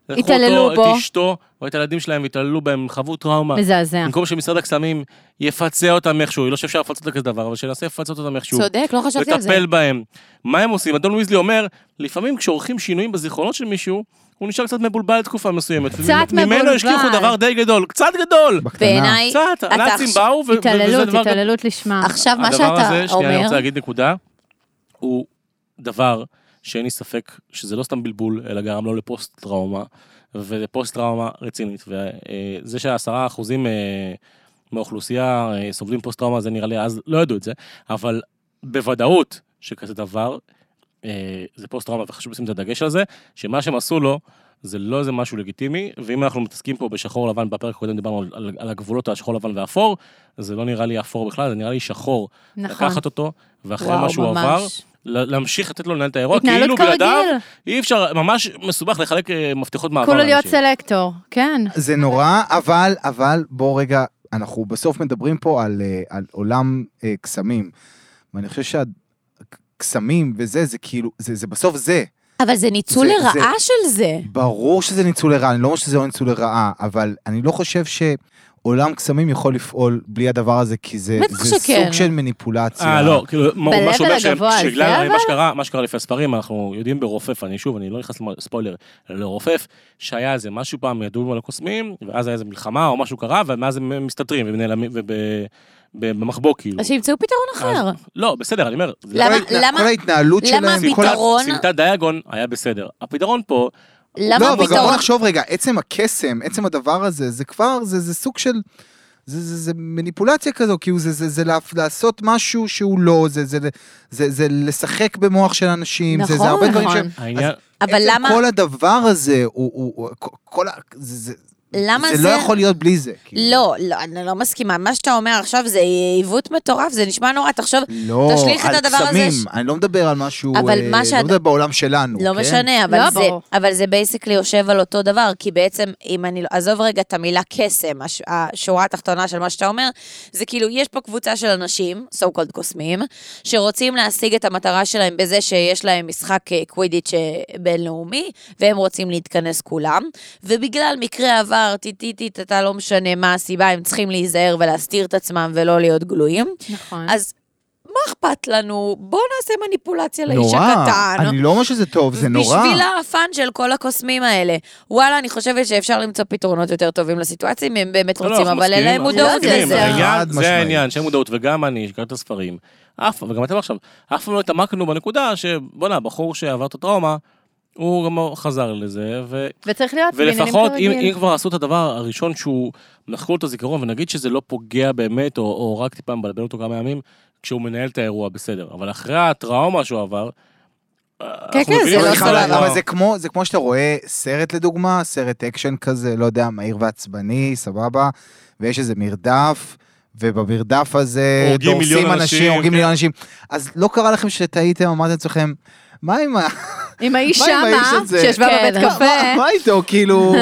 לקחו התעללו אותו, בו. את אשתו, או את הילדים שלהם, והתעללו בהם, חוו טראומה. מזעזע. במקום שמשרד הקסמים יפצה אותם איכשהו, אני לא חושב שאפשר לפצות כזה דבר, אבל שינסה לפצות אותם איכשהו. צודק, לא חשבתי על זה. לטפל בהם. מה הם עושים? אדון ויזלי אומר, לפעמים כשעורכים שינויים בזיכרונות של מישהו, הוא נשאר קצת מבולבל תקופה מסוימת. קצת ממנו מבולבל. השליכו דבר די גדול, קצת גדול! בקטנה. בעיניי, קצת, אתה הנאצים עכשיו- באו, ו- ו- וזה התעללות, דבר גדול. התעללות לשמה. עכשיו מה הדבר שאתה הזה, שנייה, אני אומר, רוצה להגיד נקודה, הוא דבר שאין לי ספק שזה לא סתם בלבול, אלא גרם לו לפוסט-טראומה, ולפוסט-טראומה רצינית. וזה שהעשרה אחוזים אה, מהאוכלוסייה אה, סובלים פוסט-טראומה, זה נראה לי, אז לא ידעו את זה, אבל בוודאות שכזה דבר, אה, זה פוסט-טראומה, וחשוב לשים את הדגש על זה, שמה שהם עשו לו, זה לא איזה משהו לגיטימי, ואם אנחנו מתעסקים פה בשחור לבן, בפרק הקודם דיברנו על, על, על הגבולות השחור לבן והאפור, זה לא נראה לי אפור בכלל, זה נראה לי שחור. נכון. לקחת אותו, ואחרי וואו, מה שהוא ממש. עבר, ל- להמשיך לתת לו לנהל את האירוע, כאילו התנהלות בלעדיו כרגיל. אי אפשר, ממש מסובך לחלק אה, מפתחות מעבר כולו להיות לאנשים. סלקטור, כן. זה נורא, אבל, אבל, בוא רגע, אנחנו בסוף מדברים פה על, אה, על עולם אה, קסמים. ואני חושב שהקסמים וזה, זה כאילו, זה, זה בסוף זה. אבל זה ניצול זה- לרעה של זה. ברור שזה ניצול לרעה, אני לא אומר שזה לא ניצול לרעה, אבל אני לא חושב שעולם קסמים יכול לפעול בלי הדבר הזה, כי זה, בטח זה שכן. סוג של מניפולציה. אה, לא, כאילו, מה ב-level מה שאומר שהם- הגבוה הזה, שבגלל אבל? מה שקרה, מה שקרה לפי הספרים, אנחנו יודעים ברופף, אני שוב, אני לא נכנס לספוילר, אלא לרופף, שהיה איזה משהו פעם, ידעו על הקוסמים, ואז היה איזה מלחמה או משהו קרה, ומאז הם מסתתרים, והם נעלמים, ובמחבוא כאילו. אז שימצאו פתרון אחר. אז- לא, בסדר, אני אומר, זה- כל למה- ההתנה- למה- כל ההתנהלות למה שלהם, כל ה- הפתרון- רון- סמטת דיאגון היה בסדר. הפתרון פה, למה לא, אבל גם בוא הפתרון? נחשוב רגע, עצם הקסם, עצם הדבר הזה, זה כבר, זה, זה סוג של... זה, זה, זה מניפולציה כזו, כאילו זה, זה, זה לעפ- לעשות משהו שהוא לא, זה, זה, זה, זה לשחק במוח של אנשים, זה, נכון, זה הרבה דברים נכון. ש... העניין... אבל עצם למה- כל הדבר הזה, הוא... הוא, הוא כל, ה- זה, למה זה, זה... זה לא יכול להיות בלי זה. כאילו. לא, לא, אני לא מסכימה. מה שאתה אומר עכשיו זה עיוות מטורף, זה נשמע נורא. תחשוב, לא, תשליך את על הדבר הזה קסמים, ש- אני לא מדבר על משהו, אבל אה, מה לא שאת- מדבר בעולם שלנו, לא כן? משנה, לא, אבל זה, ברור. אבל זה בייסיקלי יושב על אותו דבר, כי בעצם, אם אני לא... עזוב רגע את המילה קסם, הש, השורה התחתונה של מה שאתה אומר, זה כאילו, יש פה קבוצה של אנשים, so called קוסמים, שרוצים להשיג את המטרה שלהם בזה שיש להם משחק אה, קווידיץ' אה, בינלאומי, והם רוצים להתכנס כולם, ובגלל מקרה עבר, טיטיטיט, אתה לא משנה מה הסיבה, הם צריכים להיזהר ולהסתיר את עצמם ולא להיות גלויים. נכון. אז... מה אכפת לנו? בואו נעשה מניפולציה לאיש נורא, הקטן. אני לא אומר שזה טוב, זה נורא. בשביל הפאן של כל הקוסמים האלה. וואלה, אני חושבת שאפשר למצוא פתרונות יותר טובים לסיטואציה, אם הם באמת לא, לא, רוצים, אנחנו אבל אין מסכימים, להם אנחנו מודעות מסכימים. לזה. רגע. העניין- חד משמעית. זה העניין, שאין מודעות, וגם אני, שקראתי את הספרים, אף, וגם אתם עכשיו, אף פעם לא התעמקנו בנקודה שבואנה, הבחור שעבר את הטראומה, הוא גם חזר לזה, ו... וצריך להיות בעניינים ולפחות אם, אם כרגיל. כבר עשו את הדבר הראשון שהוא מחקו לו את הזיכרון ונגיד שזה לא פוגע באמת או, או רק טיפה מבלבל אותו כמה ימים כשהוא מנהל את האירוע בסדר אבל אחרי הטראומה שהוא עבר. אנחנו כן, מבינים זה לא בכלל, סבבה. וואו. אבל זה כמו, זה כמו שאתה רואה סרט לדוגמה, סרט אקשן כזה, לא יודע, מהיר ועצבני, סבבה, ויש איזה מרדף, ובמרדף הזה הורגים דורסים מיליון אנשים, אנשים, הורגים כן. מיליון אנשים. אז לא קרה לכם שטעיתם, אמרתם לעצמכם, מה עם ה... עם האיש מה עם האיש שמה, הזה? נכון. שישבה כן. בבית מה- קפה, מה איתו, כאילו,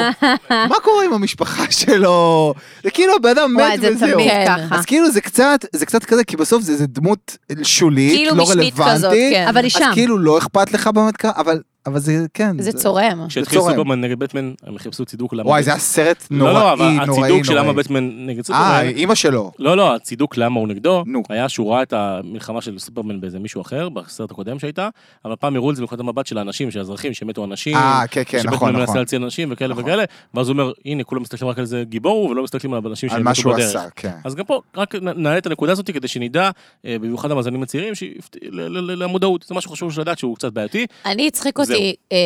מה קורה עם המשפחה שלו? זה כאילו הבן אדם וואי, מת זה וזהו. תמיד כן. ככה. אז כאילו זה קצת, זה קצת כזה, כי בסוף זה, זה דמות שולית, כאילו לא משנית רלוונטית. כזאת, כן. אבל היא אז שם. כאילו לא אכפת לך באמת ככה, אבל, אבל זה כן. זה צורם. כשהתחילו בצורם. סופרמן נגד בטמן הם חיפשו צידוק למה. וואי, בט- זה היה סרט לא, לא, נוראי, אבל נוראי, נוראי. הצידוק של למה בטמן נגד אה, סופרמן. אימא שלו. לא, לא, הצידוק למה הוא נגדו, נו. היה שהוא ראה את המלחמה של סופרמן באיזה מישהו אחר, בסרט הקודם שהייתה, אבל פעם הראו את זה מנקודת המבט של האנשים, של האזרחים, שמתו אנשים, אה, כן, כן, נכון, שבטמן מנסה נכון. להציל אנשים וכאלה נכון. וכאלה, ואז הוא אומר, הנה, כולם מסתכלים רק על זה גיבור, ולא מסתכלים על אנשים על מה שמתו שהוא בדרך. עשה, כן. אז גם פה, רק נ- נעלה את הנקודה הזאת כדי שנדע, אה, במיוחד המאזינים הצעירים, שיפת- ל- ל- ל- למודעות, זה משהו חשוב לדעת שהוא קצת בעייתי. אני, הצחיק זהו. אותי, אה,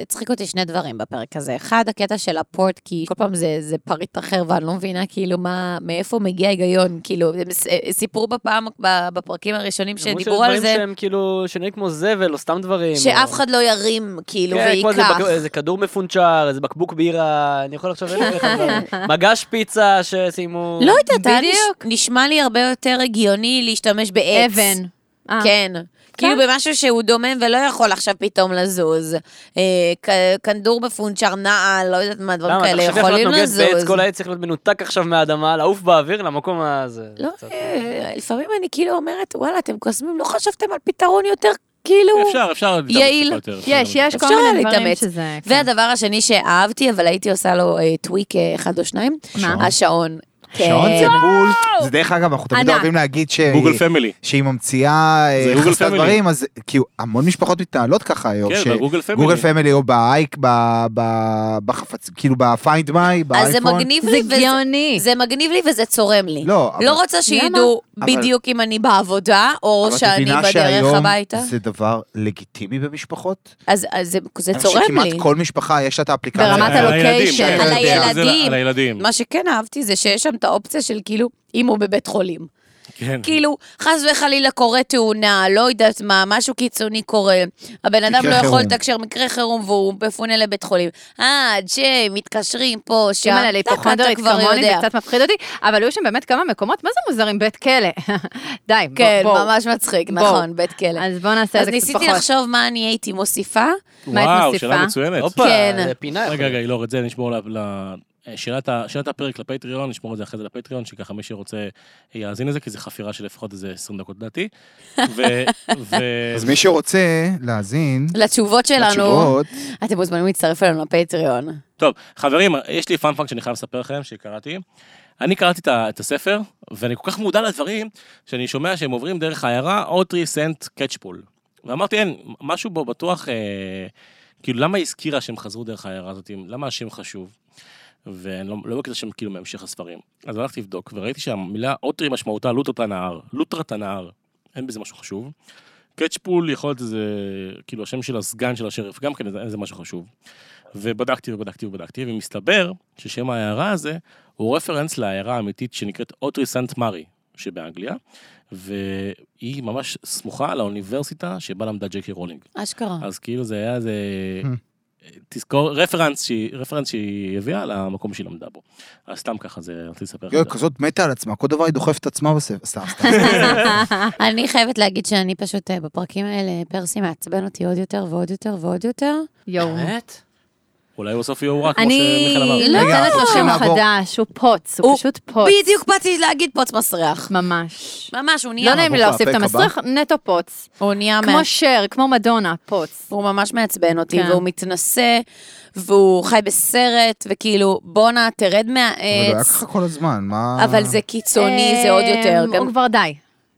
הצחיק אותי שני דברים בפרק הזה. אחד, הקטע של הפורט, כי כל פעם זה, זה פריט אחר, ואני לא מבינה כאילו מה, מאיפה מגיע ההיגיון. כאילו, הם ס- אה, סיפרו בפעם, בפרקים הראשונים שדיברו על דברים זה, שהם כאילו, שנראים כמו זבל, או סתם דברים. שאף או- אחד לא ירים, כאילו, כן, כמו איזה וייקח. בק- איזה כדור מפונצ'ר, איזה בקבוק בירה, אני יכול לחשוב אלף ואחד דברים. מגש פיצה ששימו... לא יודעת, היה נש- בדיוק. נשמע לי הרבה יותר הגיוני להשתמש בעץ. אבן. אה. כן. כאילו במשהו שהוא דומם ולא יכול עכשיו פתאום לזוז. אה, ק- כדור בפונצ'ר, נעל, לא יודעת מה, דברים למה, כאלה אתה חושב יכולים להיות נוגס בעץ, לזוז. כל העץ צריך להיות מנותק עכשיו מהאדמה, לעוף באוויר למקום הזה. לא, קצת. אה, לפעמים אני כאילו אומרת, וואלה, אתם קוסמים, לא חשבתם על פתרון יותר, כאילו... אפשר, אפשר. להתאמץ יעיל. טיפה יותר, אפשר יש, יש כל אפשר מיני דברים להתאמץ. שזה... כן. והדבר השני שאהבתי, אבל הייתי עושה לו אה, טוויק אה, אחד או שניים, מה? השעון. שעון כן. זה בול. זה דרך אגב, אנחנו תמיד ענק. אוהבים להגיד ש... גוגל פמילי. שהיא ממציאה זה אה, גוגל חסרת פמילי. דברים, אז כאילו המון משפחות מתנהלות ככה היום. ש- כן, בגוגל פמילי. גוגל פמילי או באייק, ב- ב- בחפץ, כאילו בפיינד מיי, באייפון. אז זה מגניב כן. זה לי, וזה- גאוני. זה מגניב לי וזה צורם לי. לא, אבל- לא רוצה שידעו אבל- בדיוק אם אני בעבודה, או אבל את שאני מבינה בדרך שהיום הביתה. זה דבר לגיטימי במשפחות? אז אז זה- זה אני חושב צורם לי. שכמעט כל משפחה יש לה את האפליקציה. ברמת על הילדים, הלוקיישן. כן, על כן, הילדים. זה על הילדים. מה שכן אהבתי זה שיש שם את האופציה של כאילו, אם הוא בבית חולים. כן. כאילו, חס וחלילה קורה תאונה, לא יודעת מה, משהו קיצוני קורה. הבן אדם מקרה לא יכול חירום. לתקשר מקרה חירום והוא מפונה לבית חולים. אה, ג'יי, מתקשרים פה, שם. אימא'לה, טק, להיפוכונדרית אתה כבר כמוני, זה יודע. קצת מפחיד אותי, אבל היו שם באמת כמה מקומות, מה זה מוזרים? בית כלא. די, בואו. כן, בואו. ממש מצחיק, בואו. נכון, בית כלא. אז בואו נעשה את אז זה קצת פחות. ניסיתי לחשוב מה אני הייתי מוסיפה. מה את וואו, מוסיפה? שאלה מצוינת. הופה, כן. זה פינה. רגע, יכולה רגע, אילור, את זה נשמור ל... ל- אה, שאלת, ה- שאלת הפרק לפטריון, נשמור את זה אחרי זה לפטריון, שככה מי שרוצה אה, יאזין לזה, כי זו חפירה של לפחות איזה 20 דקות לדעתי. ו... ו... אז מי שרוצה להאזין לתשובות שלנו, לתשובות, אתם מוזמנים להצטרף אלינו לפטריון. טוב, חברים, יש לי פאנפאנק שאני חייב לספר לכם, שקראתי. אני קראתי את ה- את הספר, ואני כל כך מודע לדברים, שאני שומע שהם עוברים דרך העיירה אוטרי סנט קצ'פול. ואמרתי, אין, משהו בו בטוח, אה, כאילו, למה היא הזכירה שהם חזרו דרך העיירה הזאת? למה השם חשוב? ואני לא, לא מכיר את השם כאילו מהמשך הספרים. אז הלכתי לבדוק, וראיתי שהמילה אוטרי משמעותה לוטרת הנהר. לוטרת הנהר, אין בזה משהו חשוב. קצ'פול יכול להיות איזה, כאילו, השם של הסגן של השריף, גם כן, אין זה משהו חשוב. ובדקתי ובדקתי ובדקתי, ומסתבר ששם העיירה הזה הוא רפרנס לעיירה האמיתית שנקראת אוטרי סנט מארי שבאנגליה, והיא ממש סמוכה לאוניברסיטה שבה למדה ג'קי רולינג. אשכרה. אז כאילו זה היה איזה... תזכור, רפרנס שהיא, רפרנס שהיא הביאה למקום שהיא למדה בו. אז סתם ככה זה, רציתי לספר לך. יואי, את זה. כזאת מתה על עצמה, כל דבר היא דוחפת את עצמה בספר. סתם, סתם. אני חייבת להגיד שאני פשוט, אה, בפרקים האלה, פרסי מעצבן אותי עוד יותר ועוד יותר ועוד יותר. יואו. אולי בסוף יהיו רע, אה? כמו אני לא שמיכאל אמר. לא- נותנת לו אנחנו שם נעבור. חדש, הוא פוץ, הוא הוא- פשוט פוץ. בדיוק באתי להגיד פוץ מסריח. ממש. ממש, הוא נהיה, לא נעים לי נעבור להוסיף את לפרק הבא. המסריח, נטו פוץ. הוא נהיה כמו מה... שר, כמו מדונה, פוץ. הוא ממש מעצבן אותי, כן. והוא מתנשא, והוא חי בסרט, וכאילו, בואנה, תרד אבל זה היה מהעץ. ככה כל הזמן, מה... אה, אבל זה קיצוני, זה אה, עוד יותר. גם- הוא כבר די.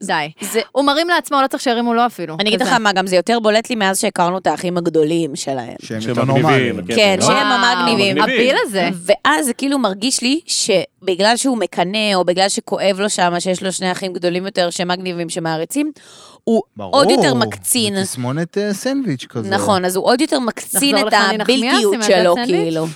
די. זה- הוא מרים לעצמו, לא צריך שירימו לו אפילו. אני אגיד לך כזה. מה, גם זה יותר בולט לי מאז שהכרנו את האחים הגדולים שלהם. שהם שהם יותר מגניבים, נורמליים. כן, כן, לא? שהם וואו, המגניבים. הפיל הזה. ואז זה כאילו מרגיש לי שבגלל שהוא מקנא, או בגלל שכואב לו שם, שיש לו שני אחים גדולים יותר שמגניבים, שמעריצים, הוא ברור, עוד יותר מקצין. זה תסמונת אה, סנדוויץ' כזה. נכון, אז הוא עוד יותר מקצין נחזור את לחני נחמיאס הבלתיות עם הדעת שלו, סנדוויץ'? כאילו.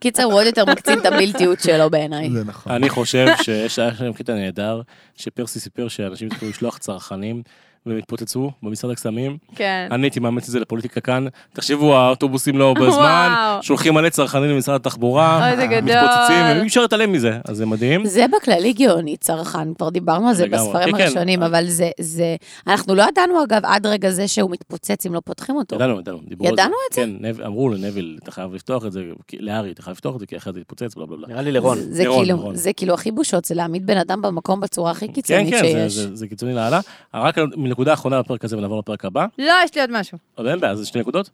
קיצר, הוא עוד יותר מקצין את הבלתיות שלו בעיניי. זה נכון. אני חושב שיש היה שם קטע נהדר, שפרסי סיפר שאנשים התחילו לשלוח צרכנים, והם התפוצצו במשרד הקסמים. כן. אני הייתי מאמץ את זה לפוליטיקה כאן. תחשבו, האוטובוסים לא בזמן, וואו. שולחים מלא צרכנים למשרד התחבורה, אוי, זה גדול. מתפוצצים, אי אפשר להתעלם מזה, אז זה מדהים. זה בכללי גאוני צרכן, כבר דיברנו על זה לגמרי. בספרים כן, כן. הראשונים, אבל זה, זה, אנחנו לא ידענו אגב עד רגע זה שהוא מתפוצץ אם לא פותחים אותו. ידענו, ידענו, דיברו על זה. ידענו את זה? כן, נב- אמרו לנביל, אתה חייב לפתוח את זה, כי- לארי, אתה חייב לפתוח את זה, כי אחרת זה יתפוצץ, בלה בלה בלה. נראה לי לרון. זה לירון, כאילו, לירון. זה כאילו הכי בושות, זה להעמיד בן אדם במקום בצורה הכי נכון. כן, קיצונית כן, זה- שיש. זה- זה קיצוני לאללה. רק מנקודה אחרונה בפרק הזה ונעבור לפרק הבא. לא, יש לי עוד משהו. עוד אין בעיה, זה שתי נקודות.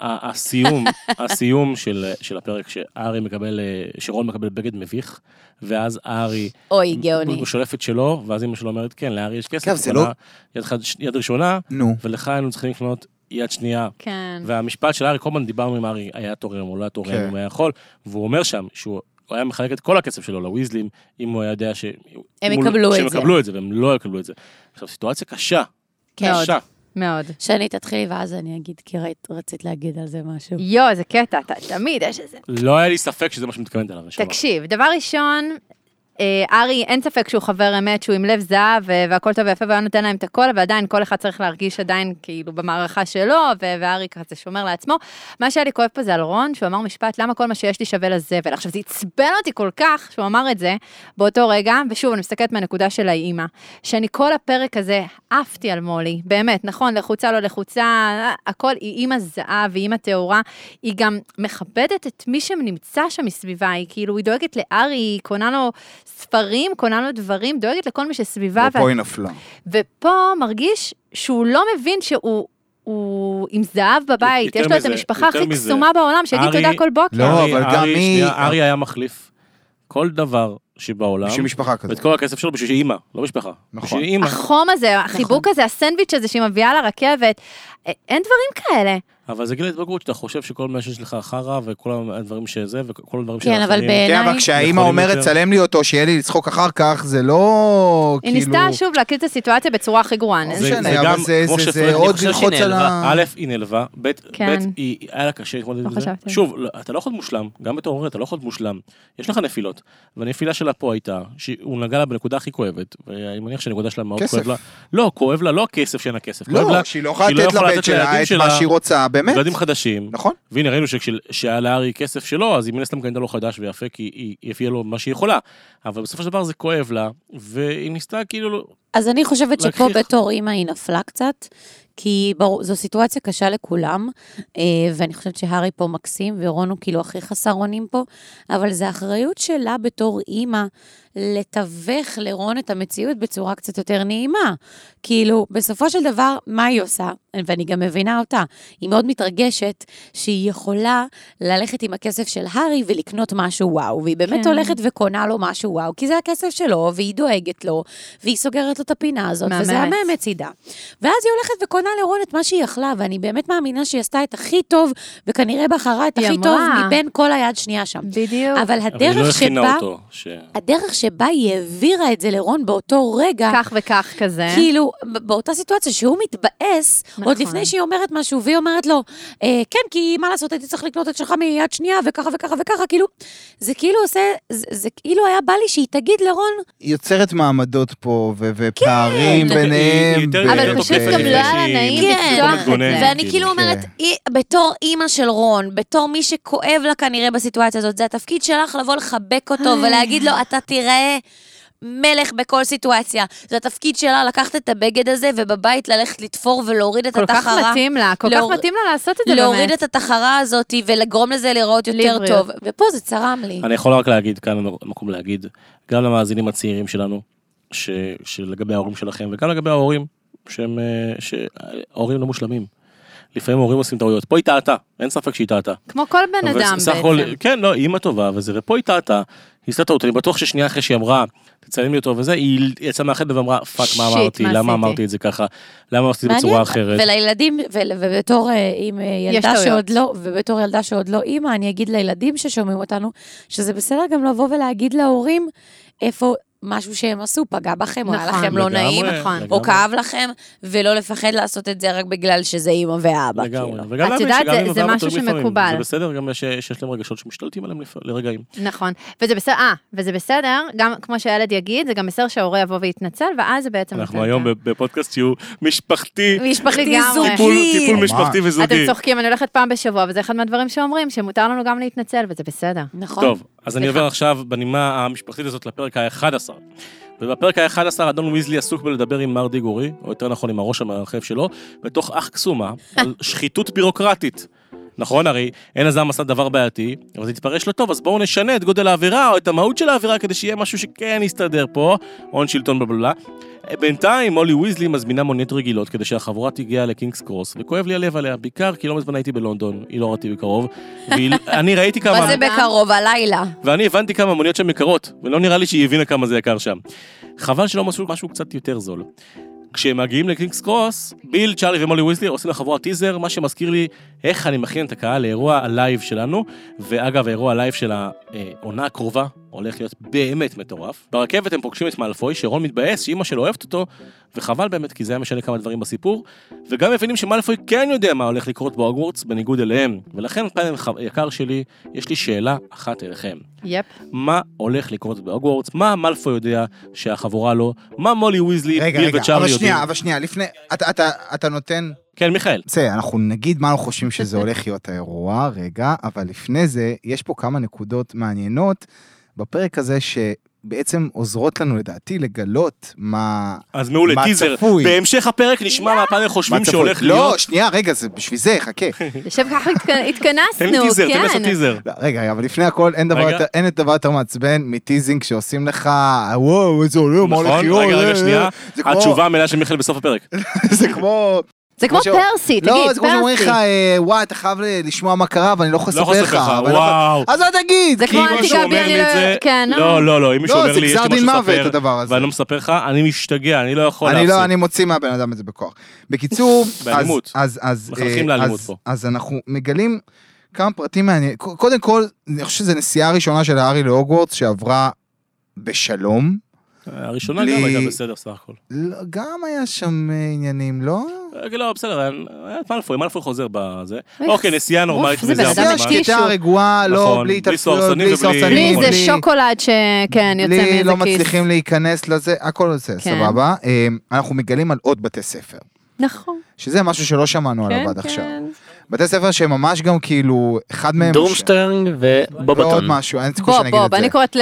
ה- הסיום, הסיום של, של הפרק שארי מקבל, אה, שרון מקבל בגד מביך, ואז ארי, אוי, גאוני. הוא שולף את שלו, ואז אמא שלו אומרת, כן, לארי יש כסף, אגב, הוא זה קנה לא- יד, חד- יד ראשונה, נו. ולך היינו צריכים לקנות יד שנייה. כן. והמשפט של ארי, כל הזמן דיברנו עם ארי, היה תורם, הוא לא היה תורם, כן. אם הוא היה יכול, והוא אומר שם שהוא... הוא היה מחלק את כל הכסף שלו לוויזלים, אם הוא היה יודע ש... הם אם הוא- יקבלו את שהם זה. יקבלו את זה, והם לא יקבלו את זה. עכשיו, סיטואציה קשה. כן. מאוד. קשה. מאוד. שני, תתחילי ואז אני אגיד, כי ראית- רצית להגיד על זה משהו. יואו, איזה קטע, אתה- תמיד יש איזה... לא היה לי ספק שזה מה שמתכוונת אליו. נשמה. תקשיב, דבר ראשון, אה, ארי, אין ספק שהוא חבר אמת, שהוא עם לב זהב, אה, והכל טוב ויפה, והוא נותן להם את הכל, אבל עדיין כל אחד צריך להרגיש עדיין כאילו במערכה שלו, ו- וארי כזה שומר לעצמו. מה שהיה לי כואב פה זה על רון, שהוא אמר משפט, למה כל מה שיש לי שווה לזבל? עכשיו, זה עצבן אותי כל כך שהוא אמר את זה באותו רגע, ושוב, אני מסתכלת מהנקודה של האימא, שאני כל הפרק הזה עפתי על מולי, באמת, נכון, לחוצה, לא לחוצה, הכל, היא אימא זהב, היא אימא טהורה, היא גם מכבדת את מי שנמצא שם מסביבה, היא כאילו, היא דואגת לארי, היא קונה לו ספרים, קונה לו דברים, דואגת לכל מי לא, שסביבה, ופה היא נפלה. ופה מרגיש שהוא לא מבין שהוא... הוא עם זהב בבית, יותר יש לו את מזה, המשפחה יותר הכי מזה. קסומה בעולם, שיגיד ארי- תודה כל בוקר. לא, ארי- אבל ארי- גם היא- שנייה, ארי היה מחליף כל דבר שבעולם, בשביל משפחה ואת כזאת. כל הכסף שלו בשביל אימא, לא משפחה. נכון. בשביל אימא. החום הזה, החיבוק נכון. הזה, הסנדוויץ' הזה שהיא מביאה לרכבת, א- אין דברים כאלה. אבל זה גיל ההתבגרות, שאתה חושב שכל מה שיש לך חרא, וכל הדברים שזה, וכל הדברים כן, אבל האחרים. בעיניי... כן, אבל כשהאימא יכולים אומרת, יותר. צלם לי אותו, שיהיה לי לצחוק אחר כך, זה לא היא כאילו... ניסתה שוב להקליט את הסיטואציה בצורה הכי גרועה. לא אני- זה- משנה, זה אבל גם, זה- כמו זה- שפרד- זה אני עוד חושב ללחוץ שהיא על ה... א', היא נעלבה, ב', אה. כן. ב', היא- היה לה קשה להתמודד לא עם זה. חשבתי. שוב, לא- אתה לא יכול להיות מושלם, גם בתור הורה אתה לא יכול להיות מושלם. יש לך נפילות, והנפילה שלה פה הייתה, שהוא נגע לה בנקודה הכי כואבת, ואני מניח שהנקודה שלה מאוד כסף. כואב לה. לא, כואב לה, לא הכסף שאין לה כסף, כואב לא, לה שהיא לא יכולה שהיא לא לתת יכולה לבן לתת לילדים שלה את מה שלה שהיא רוצה, באמת. ילדים חדשים, נכון. והנה ראינו שכשל- שהיה לארי כסף שלו, אז היא מן הסתם קנתה לו חדש ויפה, כי היא היא הביאה לו מה שהיא יכולה. אבל בסופו של דבר זה כואב לה, והיא ניסתה כאילו... אז אני חושבת שפה להגחיך. בתור אימא היא נפלה קצת, כי ברור, זו סיטואציה קשה לכולם, אה, ואני חושבת שהארי פה מקסים, ורון הוא כאילו הכי חסר אונים פה, אבל זו האחריות שלה בתור אימא לתווך לרון את המציאות בצורה קצת יותר נעימה. כאילו, בסופו של דבר, מה היא עושה? ואני גם מבינה אותה. היא מאוד מתרגשת שהיא יכולה ללכת עם הכסף של הארי ולקנות משהו וואו, והיא באמת כן. כן. הולכת וקונה לו משהו וואו, כי זה הכסף שלו, והיא דואגת לו, והיא סוגרת לו את הפינה הזאת, מהממת. וזה ימם מצידה. ואז היא הולכת וקונה לרון את מה שהיא יכלה, ואני באמת מאמינה שהיא עשתה את הכי טוב, וכנראה בחרה את היא הכי אמרה. טוב מבין כל היד שנייה שם. בדיוק. אבל אבל היא לא הדרך הכינה שבה, אותו. ש- הדרך שבה היא העבירה את זה לרון באותו רגע, כך וכך כזה. כאילו, ב- באותה סיטואציה שהוא מתבאס, אה? נכון. עוד לפני שהיא אומרת משהו, והיא אומרת לו, אה, כן, כי מה לעשות, הייתי צריך לקנות את שלך מיד שנייה, וככה וככה וככה, כאילו, זה כאילו עושה, זה, זה כאילו היה בא לי שהיא תגיד לרון, היא יוצרת מעמדות פה, ו- ופערים היא- ביניהם. היא יותר- אוקיי. ו- היא כן. אבל יותר פשוט תוקפת גם לפני לא היה לה שהיא נעים מתחילה לפתוח את להתגונן, זה. ואני כאילו כן. אומרת, היא- בתור אימא של רון, בתור מי שכואב לה כנראה בסיטואציה הזאת, זה התפקיד שלך לבוא לחבק אה. אותו ולהגיד לו, אתה תיראה... מלך בכל סיטואציה. זה התפקיד שלה לקחת את הבגד הזה ובבית ללכת לתפור ולהוריד את כל התחרה. כך מתאים לה, כל כך להור- מתאים לה לעשות את זה להוריד באמת. את התחרה הזאת ולגרום לזה להיראות יותר ליבריות. טוב. ופה זה צרם לי. אני יכול רק להגיד, כאן המקום להגיד, גם למאזינים הצעירים שלנו, ש- שלגבי ההורים שלכם, וגם לגבי ההורים, שהם, אה, שההורים לא מושלמים. לפעמים ההורים עושים טעויות. פה היא טעתה, אין ספק שהיא טעתה. כמו כל בן אבל אדם סך הכל, בעצם. כן, לא, היא אימא טובה וזה, ופה היא טעתה, היא עשתה טעות, אני בטוח ששנייה אחרי שהיא אמרה, תצלם לי אותו וזה, היא יצאה מהחדר ואמרה, פאק, מה שיט, אמרתי, מה למה עשיתי?" אמרתי את זה ככה, למה עשיתי את זה מעניין. בצורה אחרת. ולילדים, ול- ובתור אה, עם אה, ילדה טעויות. שעוד לא, ובתור ילדה שעוד לא אימא, אני אגיד לילדים ששומעים אותנו, שזה בסדר גם לבוא ולהגיד להורים איפה משהו שהם עשו פגע בכם, או היה נכון. לכם לא לגמרי, נעים, נכון. לגמרי, או כאב לכם, ולא לפחד לעשות את זה רק בגלל שזה אימא ואבא. לגמרי, כאילו. וגם את להבין יודעת, שגם זה- אם זה עבר משהו אותו לפעמים, שמקובל. זה בסדר גם ש- שיש להם רגשות שמשתלטים עליהם לפ- לרגעים. נכון, וזה בסדר, אה, וזה בסדר, גם כמו שהילד יגיד, זה גם בסדר שההורה יבוא ויתנצל, ואז זה בעצם... אנחנו נותן היום את ה- בפודקאסט שהוא משפחתי, משפחתי לגמרי. טיפול- זוגי. טיפול ממש. משפחתי אתם וזוגי. צוחקים, אני הולכת פעם בשבוע, וזה אחד מהדברים שאומרים, שמותר לנו גם להתנצל, וזה בסדר. נכון. טוב, אז אני סליחה. עובר עכשיו בנימה המשפחתית הזאת לפרק ה-11. ובפרק ה-11 אדון ויזלי עסוק בלדבר עם מר דיגורי, או יותר נכון עם הראש המרחב שלו, בתוך אח קסומה, על שחיתות בירוקרטית. נכון, הרי אין הזעם עשה דבר בעייתי, אבל זה התפרש לא טוב, אז בואו נשנה את גודל העבירה או את המהות של העבירה כדי שיהיה משהו שכן יסתדר פה, הון שלטון בבלבלה. בינתיים מולי ויזלי מזמינה מוניות רגילות כדי שהחבורה תגיע לקינגס קרוס, וכואב לי הלב עליה, בעיקר כי לא מזמן הייתי בלונדון, היא לא ראיתי בקרוב, ואני ראיתי כמה... מה זה בקרוב, הלילה. ואני הבנתי כמה המוניות שם יקרות, ולא נראה לי שהיא הבינה כמה זה יקר שם. חבל שלא משהו, משהו קצת יותר זול. כשהם מגיעים לקינגס קרוס, ביל, צ'ארלי ומולי ויזלי עושים לחבורה טיזר, מה שמזכיר לי איך אני מכין את הקהל לאירוע הלייב שלנו, ואגב, האירוע הלייב של העונה הקרובה, הולך להיות באמת מטורף. ברכבת הם פוגשים את מאלפוי, שרון מתבאס שאימא שלו אוהבת אותו, וחבל באמת, כי זה היה משנה כמה דברים בסיפור, וגם מבינים שמאלפוי כן יודע מה הולך לקרות בהוגוורטס, בניגוד אליהם. ולכן, כאן, יקר שלי, יש לי שאלה אחת אליכם. יפ. מה הולך לקרות בהוגוורטס? מה מאלפוי יודע שהחבורה לא? מה מולי ויזלי, רגע, ביל רגע, וצ'ארלי אבל יודעים? שנייה, אבל שנייה, לפני... אתה- אתה- אתה נותן... כן, מיכאל. בסדר, אנחנו נגיד מה אנחנו חושבים שזה הולך להיות האירוע, רגע, אבל לפני זה, יש פה כמה נקודות מעניינות בפרק הזה שבעצם עוזרות לנו לדעתי לגלות מה... אז מעולה, מה טיזר. צפוי? בהמשך הפרק נשמע מה פאנל מה חושבים צפוי. שהולך לא, להיות. שנייה, רגע, זה בשביל זה, חכה. לשם ככה התכ- התכנסנו, תן לי טיזר, תן לעשות כן. טיזר. לא, רגע, אבל לפני הכל, אין דבר רגע. יותר- אין דבר יותר מעצבן מטיזינג שעושים לך, וואו, איזה עולם, מה הולך נכון? להיות? רגע, אה, רגע, אה." שנייה. זה כמו- התשובה המלאה של מיכאל בסוף הפרק. זה כמו... זה כמו כמו ש- פרסי, תגיד, לא, זה כמו שאומרים לך, פרסי. אה, וואי, אתה חייב ל- לשמוע מה קרה, אבל אני לא יכול לא יכול לספר לך. אבל אני לא יכול- וואו. אז אל תגיד! כאילו- זה כי- כמו אם אל מישהו תיגע בי, אומר אני לי את לא- זה, כן, לא, אה. לא, לא, אם מישהו לא, אומר זה לי, יש לי גזר דין משהו מוות, לספר, הדבר הזה. ואני לא מספר לך, אני משתגע, אני לא יכול אני להפסיק. לא, אני מוציא מהבן אדם את זה בכוח. בקיצור, אז- באלימות. אז, אז, מחנכים אה, לאלימות אז- פה. אז אנחנו מגלים כמה פרטים מעניינים. ק- קודם כל, אני חושב שזו נסיעה ראשונה של הארי להוגוורטס שעברה בשלום. הראשונה בלי- גם הייתה בסדר סך הכל. לא, גם היה שם אה, עניינים, לא? אה, לא, בסדר, היה- היה את מאלפוי, מאלפוי חוזר בזה. איך? אוקיי, נסיעה נורמלית, אוף, זה וזה בן אדם הרבה נסיעה זמן. משקיע. שקטה, רגועה, לא, נכון, בלי בלי התעצבויות, סוהרסנים בלי ובלי- סוהרסנים. בלי בלי- זה שוקולד שכן, יוצא מאיזה בלי כיס. לא מצליחים להיכנס לזה, הכל זה, כן. סבבה. אה, אנחנו מגלים על עוד בתי ספר, נכון. שזה משהו שלא שמענו כן, עליו לא עד עכשיו. כן. בתי ספר שממש גם כאילו, אחד מהם... דרומשטרנג ועוד ובובטון. לא, משהו, אין סיכוי בוב, שאני אגיד את בוב, זה. אני קוראת ל...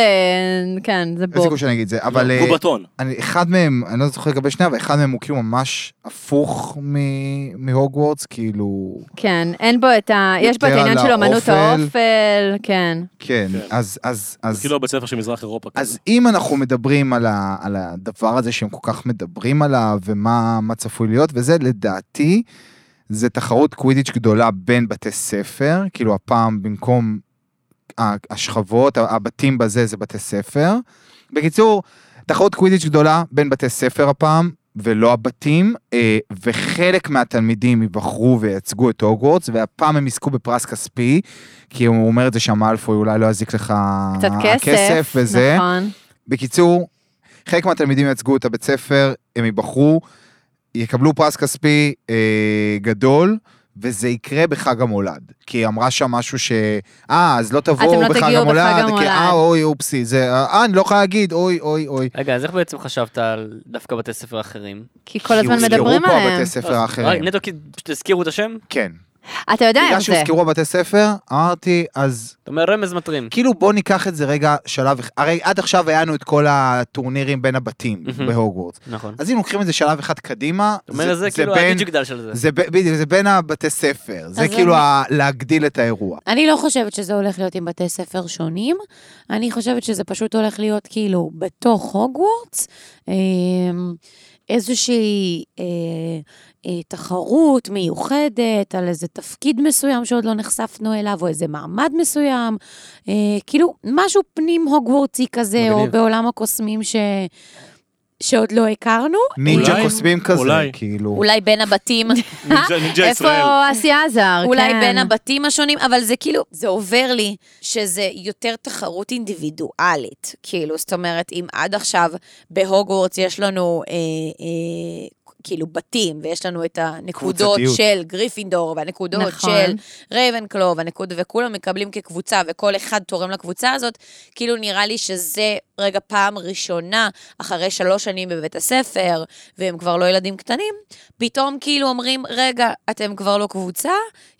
כן, זה אין בוב. סיכוי שאני אגיד את זה, לא, אבל אה, גובטון. אני- אחד מהם, אני לא זוכר לגבי שנייה, אבל אחד מהם הוא כאילו ממש הפוך מ- מהוגוורטס, כאילו... כן, אין בו את ה... יש בו את יותר העניין על של אמנות האופל. האופל, כן. כן, כן. אז... אז- זה אז- כאילו בית ספר של מזרח אירופה. אז כזה. אם אנחנו מדברים על, ה, על הדבר הזה שהם כל כך מדברים עליו ומה מה צפוי להיות וזה לדעתי זה תחרות קווידיץ' גדולה בין בתי ספר כאילו הפעם במקום ה- השכבות ה- הבתים בזה זה בתי ספר. בקיצור תחרות קווידיץ' גדולה בין בתי ספר הפעם ולא הבתים אה, וחלק מהתלמידים ייבחרו וייצגו את הוגוורטס והפעם הם יזכו בפרס כספי כי הוא אומר את זה שם אלפוי אולי לא יזיק לך קצת כסף. הכסף אה, וזה. נכון. בקיצור, חלק מהתלמידים ייצגו את הבית ספר, הם ייבחרו, יקבלו פרס כספי אה, גדול, וזה יקרה בחג המולד. כי היא אמרה שם משהו ש... אה, אז לא תבואו לא בחג תגיעו בחג המולד, כי המולד. אה, אוי, אופסי, זה... אה, אני לא יכולה להגיד, אוי, אוי, אוי. רגע, אז איך בעצם חשבת על דווקא בתי ספר אחרים? אה, כי כל הזמן כי מדברים הוזכרו פה עליהם. הבתי ספר האחרים. רק נטו כי פשוט הזכירו את השם? כן. אתה יודע בגלל איך זה. שהוזכרו הבתי ספר, אמרתי, אז אתה אומר רמז מטרים. כאילו בוא ניקח את זה רגע שלב, אח- הרי עד עכשיו היה לנו את כל הטורנירים בין הבתים מהמם. בהוגוורטס. נכון. כן. אז אם לוקחים את זה שלב אחד קדימה, אתה אומר זה כאילו בין- הגיג'גדל של זה. זה ב- בדיוק, זה בין הבתי ספר, זה אז כאילו אני- ה- להגדיל את האירוע. אני לא חושבת שזה הולך להיות עם בתי ספר שונים. אני חושבת שזה פשוט הולך להיות כאילו בתוך הוגוורטס, אה, איזושהי אה, אה, תחרות מיוחדת על איזה תפקיד מסוים שעוד לא נחשפנו אליו, או איזה מעמד מסוים. אה, כאילו, משהו פנים הוגוורטסי כזה, או מגניב. בעולם הקוסמים ש... שעוד לא הכרנו. נינג'ה אולי- קוסמים כזה, אולי. כאילו. אולי בין הבתים. כאילו. נינג'ה- נינג'ה ישראל. איפה אסי עזר? אולי כן. בין הבתים השונים, אבל זה כאילו, זה עובר לי שזה יותר תחרות אינדיבידואלית. כאילו, זאת אומרת, אם עד עכשיו בהוגוורטס יש לנו... אה, אה, כאילו בתים, ויש לנו את הנקודות קבוצתיות. של גריפינדור, והנקודות נכון. של רייבנקלו, והנקוד, וכולם מקבלים כקבוצה, וכל אחד תורם לקבוצה הזאת, כאילו נראה לי שזה רגע פעם ראשונה, אחרי שלוש שנים בבית הספר, והם כבר לא ילדים קטנים, פתאום כאילו אומרים, רגע, אתם כבר לא קבוצה,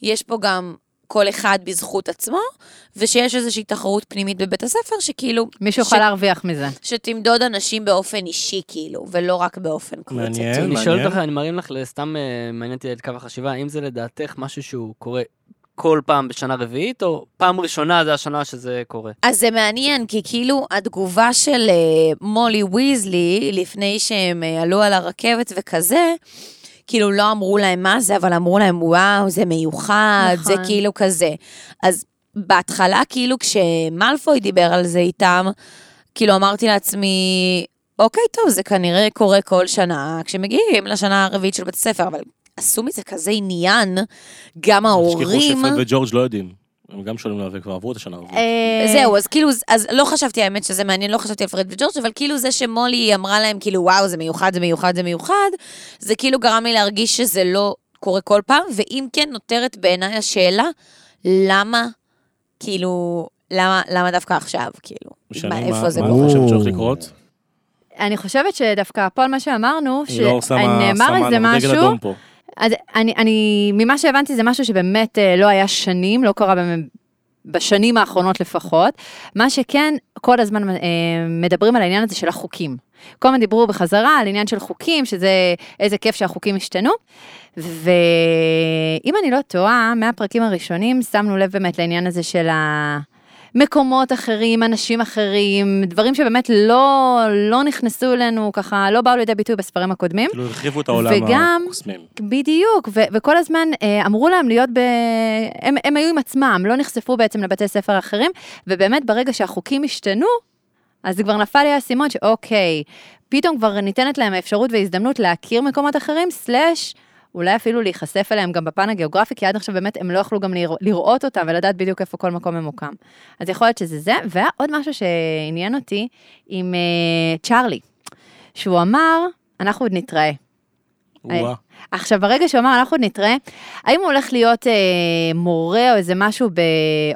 יש פה גם כל אחד בזכות עצמו, ושיש איזושהי תחרות פנימית בבית הספר, שכאילו, מישהו ש- יכול להרוויח מזה. שתמדוד אנשים באופן אישי, כאילו, ולא רק באופן קבוצתי. מעניין. אני שואל מעניין. אותך, אני מרים לך, סתם אה, מעניין אותי את קו החשיבה, האם זה לדעתך משהו שהוא קורה כל פעם בשנה רביעית, או פעם ראשונה זה השנה שזה קורה? אז זה מעניין, כי כאילו התגובה של אה, מולי ויזלי, לפני שהם אה, עלו על הרכבת וכזה, כאילו לא אמרו להם מה זה, אבל אמרו להם, וואו, זה מיוחד, נכון. זה כאילו כזה. אז בהתחלה, כאילו, כשמלפוי דיבר על זה איתם, כאילו אמרתי לעצמי, אוקיי, טוב, זה כנראה קורה כל שנה כשמגיעים לשנה הרביעית של בית הספר, אבל עשו מזה כזה עניין, גם אל תשכחו ההורים... שפרד וג'ורג' לא יודעים. הם גם שואלים עליו, וכבר עברו את השנה הרביעית. אה, זהו, אז כאילו, אז לא חשבתי, האמת שזה מעניין, לא חשבתי על פרד וג'ורג', אבל כאילו זה שמולי היא אמרה להם, כאילו, וואו, זה מיוחד, זה מיוחד, זה מיוחד, זה כאילו גרם לי להרגיש שזה לא קורה כל פעם, ואם כן, נותרת בעיניי השאלה, למה, כאילו, למה, למה דווקא עכשיו, כאילו? לא משנה מה, מה- איפה זה מה קורה? את חושבת שצריך או. לקרות? אה, אני חושבת שדווקא פה על מה שאמרנו, היא לא שמה שנאמר שמה אה, איזה לנו דגל משהו, אדום פה. אז אני, אני, ממה שהבנתי זה משהו שבאמת אה, לא היה שנים, לא קרה במ- בשנים האחרונות לפחות. מה שכן, כל הזמן אה, מדברים על העניין הזה של החוקים. כל הזמן דיברו בחזרה על עניין של חוקים, שזה איזה כיף שהחוקים השתנו. ואם אני לא טועה, מהפרקים הראשונים שמנו לב באמת לעניין הזה של ה... מקומות אחרים, אנשים אחרים, דברים שבאמת לא, לא נכנסו אלינו ככה, לא באו לידי ביטוי בספרים הקודמים. כאילו הרחיבו את העולם וגם- הקוסמים. בדיוק, ו- וכל הזמן אה, אמרו להם להיות ב... הם, הם היו עם עצמם, לא נחשפו בעצם לבתי ספר אחרים, ובאמת ברגע שהחוקים השתנו, אז כבר נפל לי האסימון שאוקיי, פתאום כבר ניתנת להם האפשרות והזדמנות להכיר מקומות אחרים, סלאש, אולי אפילו להיחשף אליהם גם בפן הגיאוגרפי, כי עד עכשיו באמת הם לא יכלו גם לרא- לראות אותם ולדעת בדיוק איפה כל מקום ממוקם. אז יכול להיות שזה זה, והיה עוד משהו שעניין אותי עם אה, צ'ארלי, שהוא אמר, אנחנו עוד נתראה. אה, וואה. עכשיו, ברגע שהוא אמר, אנחנו עוד נתראה, האם הוא הולך להיות אה, מורה או איזה משהו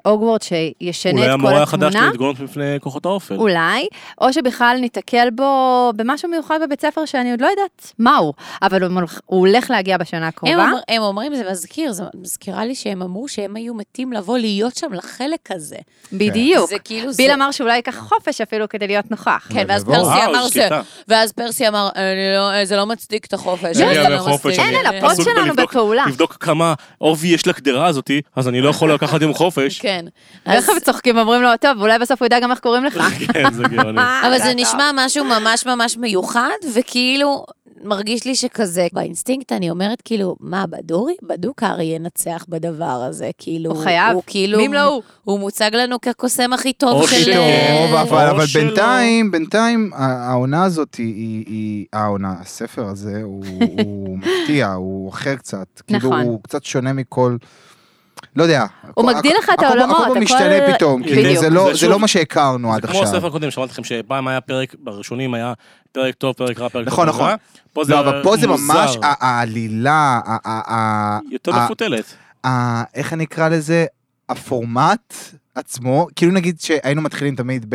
בהוגוורט שישנה את אולי כל התמונה? המורה החדש לא להתגונן מפני כוחות האופל. אולי, או שבכלל ניתקל בו במשהו מיוחד בבית ספר שאני עוד לא יודעת מהו, אבל הוא, מולך- הוא הולך להגיע בשנה הם, הקרובה. אומר, הם אומרים, זה מזכיר, זה מזכירה לי שהם אמרו שהם היו מתים לבוא להיות שם לחלק הזה. בדיוק. זה כאילו זה... כן. ביל אמר שאולי ייקח חופש אפילו כדי להיות נוכח. כן, ואז וואו, פרסי וואו, אמר זה. שקטה. ואז פרסי אמר, "אני לא- זה לא מצדיק את החופש. אני זה אעשה לא חופש, מצדיק." אין אני- על הפוסט עסוק שלנו בלבדוק- בפעולה. לבדוק כמה עובי יש לגדרה הזאתי, אז אני לא יכול לקחת יום חופש. כן. איך אז- הם צוחקים ואומרים לו, טוב, אולי בסוף הוא ידע גם איך קוראים לך. כן, זה גאוני. אה, אבל זה נשמע משהו ממש ממש מיוחד, וכאילו, מרגיש לי שכזה, באינסטינקט אני אומרת, כאילו, מה, בדורי? בדוק הארי ינצח בדבר הזה, כאילו... הוא חייב. הוא כאילו... ואם לא הוא? הוא מוצג לנו כקוסם הכי טוב או של... שכן, טוב, אה, אבל, או אבל שלא. בינתיים, בינתיים, ה- העונה הזאת היא, היא, היא העונה, הספר הזה הוא, הוא מפתיע, הוא אחר קצת. כאילו, נכון. הוא קצת שונה מכל, לא יודע. הוא הכ- מגדיל לך את הכל- העולמות, הכל הכל- פה משתנה פתאום, כאילו, כן. בדיוק. זה לא- זה זה שוב- לא מה שהכרנו עד זה כמו עכשיו. הספר הקודם שאמרתי לכם שפעם היה פרק, בראשונים היה פרק טוב, פרק רע, פרק נכון, טוב, נכון. רע. פה זה לא, אבל פה זה מוזר. ממש ה- העלילה, ה- ה- ה- יותר ה- מפותלת. ה- איך אני אקרא לזה? הפורמט עצמו, כאילו נגיד שהיינו מתחילים תמיד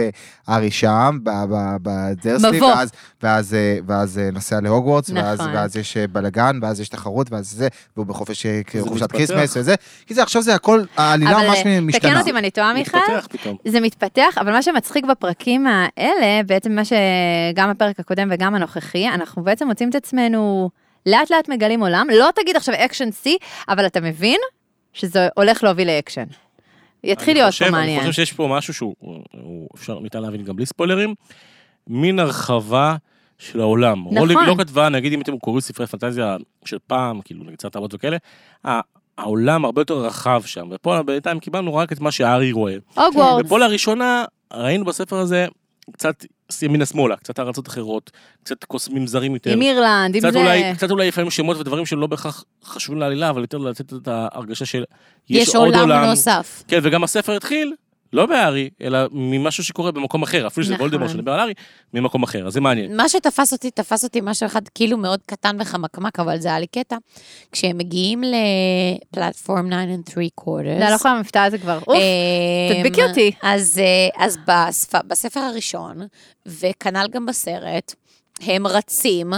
בארי שם, ב- ב- בדרסלי, מבוא. ואז, ואז, אה, ואז אה, נוסע להוגוורטס, ואז, נכון. ואז יש אה, בלגן, ואז יש תחרות, ואז זה, והוא בחופש אה, זה חופשת מתפתח. כריסמס וזה, כי זה עכשיו זה הכל, העלילה אבל ממש אה, משתנה. תקן אותי אם אני טועה, מיכאל. מתפתח פתאום. זה מתפתח, אבל מה שמצחיק בפרקים האלה, בעצם מה שגם הפרק הקודם וגם הנוכחי, אנחנו בעצם מוצאים את עצמנו לאט לאט מגלים עולם, לא תגיד עכשיו אקשן סי, אבל אתה מבין שזה הולך להוביל לאקשן. יתחיל אני להיות חושב- פה אני מעניין. חושב שיש פה משהו שהוא, הוא- אפשר, ניתן להבין גם בלי ספוילרים, מין הרחבה של העולם. נכון. רולינג לא כתבה, נגיד אם אתם קוראים ספרי פנטזיה של פעם, כאילו נגיד סרט רבות וכאלה, ה- העולם הרבה יותר רחב שם, ופה בינתיים קיבלנו רק את מה שהארי רואה. הוגוורטס, ופה לראשונה ראינו בספר הזה קצת ימינה שמאלה, קצת ארצות אחרות, קצת קוסמים זרים יותר. עם אירלנד, עם קצת זה. אולי, קצת אולי לפעמים שמות ודברים שלא בהכרח חשובים לעלילה, אבל יותר לתת את ההרגשה של יש, יש עוד עולם עולם. נוסף. כן, וגם הספר התחיל, לא בהארי, אלא ממשהו שקורה במקום אחר, אפילו שזה נכון. וולדמורט שדיבר על הארי, ממקום אחר, אז זה מעניין. מה שתפס אותי, תפס אותי משהו אחד כאילו מאוד קטן וחמקמק, אבל זה היה לי קטע. כשהם מגיעים לפלטפורם 9 and 3 quarters. לא, לא יכולה המבטא הזה כבר. אוף, אה, אמ, תדביקי אותי. אז, אה, אז בספ... בספר הראשון, וכנ"ל גם בסרט, הם רצים,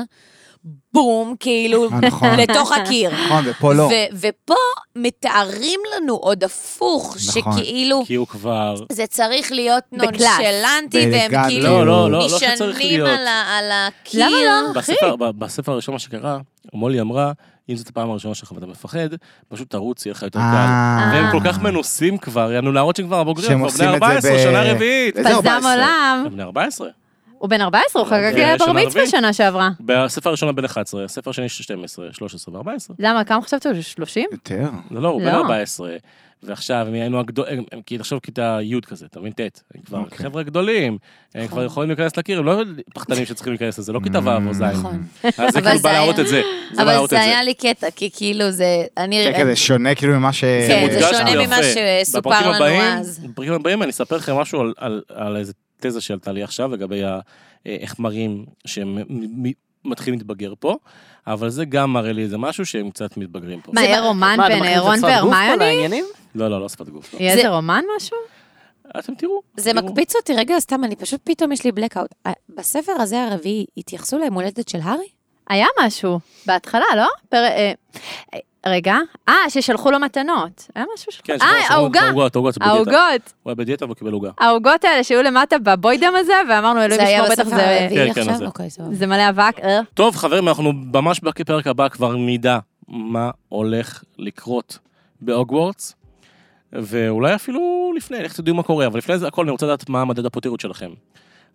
בום, כאילו, אה, נכון. לתוך הקיר. נכון, ופה לא. ו- ופה מתארים לנו עוד הפוך, נכון. שכאילו כי הוא כבר... זה צריך להיות בקלאס. נונשלנטי, והם באלגנטיות. כאילו לא, לא, לא, לא שצריך נשענים להיות. על ה- על הקיר. למה לא? בספר, ב- בספר הראשון מה שקרה, מולי אמרה, אם זאת הפעם הראשונה שלך ואתה מפחד, פשוט תרוץ, יהיה לך יותר קל. אה. והם כל כך מנוסים כבר, יענו להראות שהם כבר הבוגרים, שהם כבר עושים בני את זה 14, ב- שנה רביעית. איזה פזם 14? עולם. הם בני 14. הוא בן 14, הוא חגג אה, בר שנה מצווה רביעית? שנה שעברה. בספר הראשון בן 11, הספר השני של 12, 13 ו-14. למה, כמה חשבת? 30? יותר. לא, לא, הוא בן לא. 14. ועכשיו, הם היינו הגדולים, הם כאילו עכשיו כיתה י' כזה, אתה מבין? ט', הם כבר אוקיי. חבר'ה גדולים, הם נכון. כבר יכולים להיכנס לקיר, הם לא פחדנים שצריכים להיכנס לזה, לא כיתה ו' או ז'. נכון. אז זה אבל כאילו זה בא היה- להראות את זה. זה בא אבל להראות זה את זה. היה לי קטע, כי כאילו זה... אני... כן, כן, זה שונה כאילו ממה ש... כן, זה אה, מודגש שונה ויפה. ממה שסופר בפרקים לנו הבאים- אז. בפרקים הבאים אני אספר לכם משהו על- על- על איזה תזה שעלתה לי עכשיו לגבי ה- אה, איך מראים שהם מ- מ- מתחילים להתבגר פה, אבל זה גם מראה לי איזה משהו שהם קצת מתבגרים פה. מה, יהיה רומן מה, אתה בין מכניס את רון שפת גוף פה והרמיוני? לעניינים? לא, לא, לא שפת גוף. לא. יהיה זה- איזה רומן משהו? אתם תראו. זה תראו. מקפיץ אותי, רגע, סתם, אני פשוט, פתאום יש לי blackout. אה, בספר הזה הרביעי התייחסו ליום הולדת של הארי? היה משהו, בהתחלה, לא? פר... אה, אה, רגע. אה, ששלחו לו מתנות. היה משהו שלחו... כן, אה, העוגה. העוגות, העוגות, הוא בדיאטה. העוגות. הוא היה בדיאטה והוא קיבל עוגה. העוגות האלה שהיו למטה בבוידם הזה, ואמרנו, אלוהים זה היה ישמור, בטח בספר זה... כן, הרביעי כן, אז זה. עכשיו? אוקיי, סבבה. זה מלא אבק. אה. טוב, חברים, אנחנו ממש בפרק הבא כבר נדע מה הולך לקרות בהוגוורטס, ואולי אפילו לפני, איך תדעו מה קורה, אבל לפני זה הכל, אני רוצה לדעת מה מדד הפוטריות שלכם.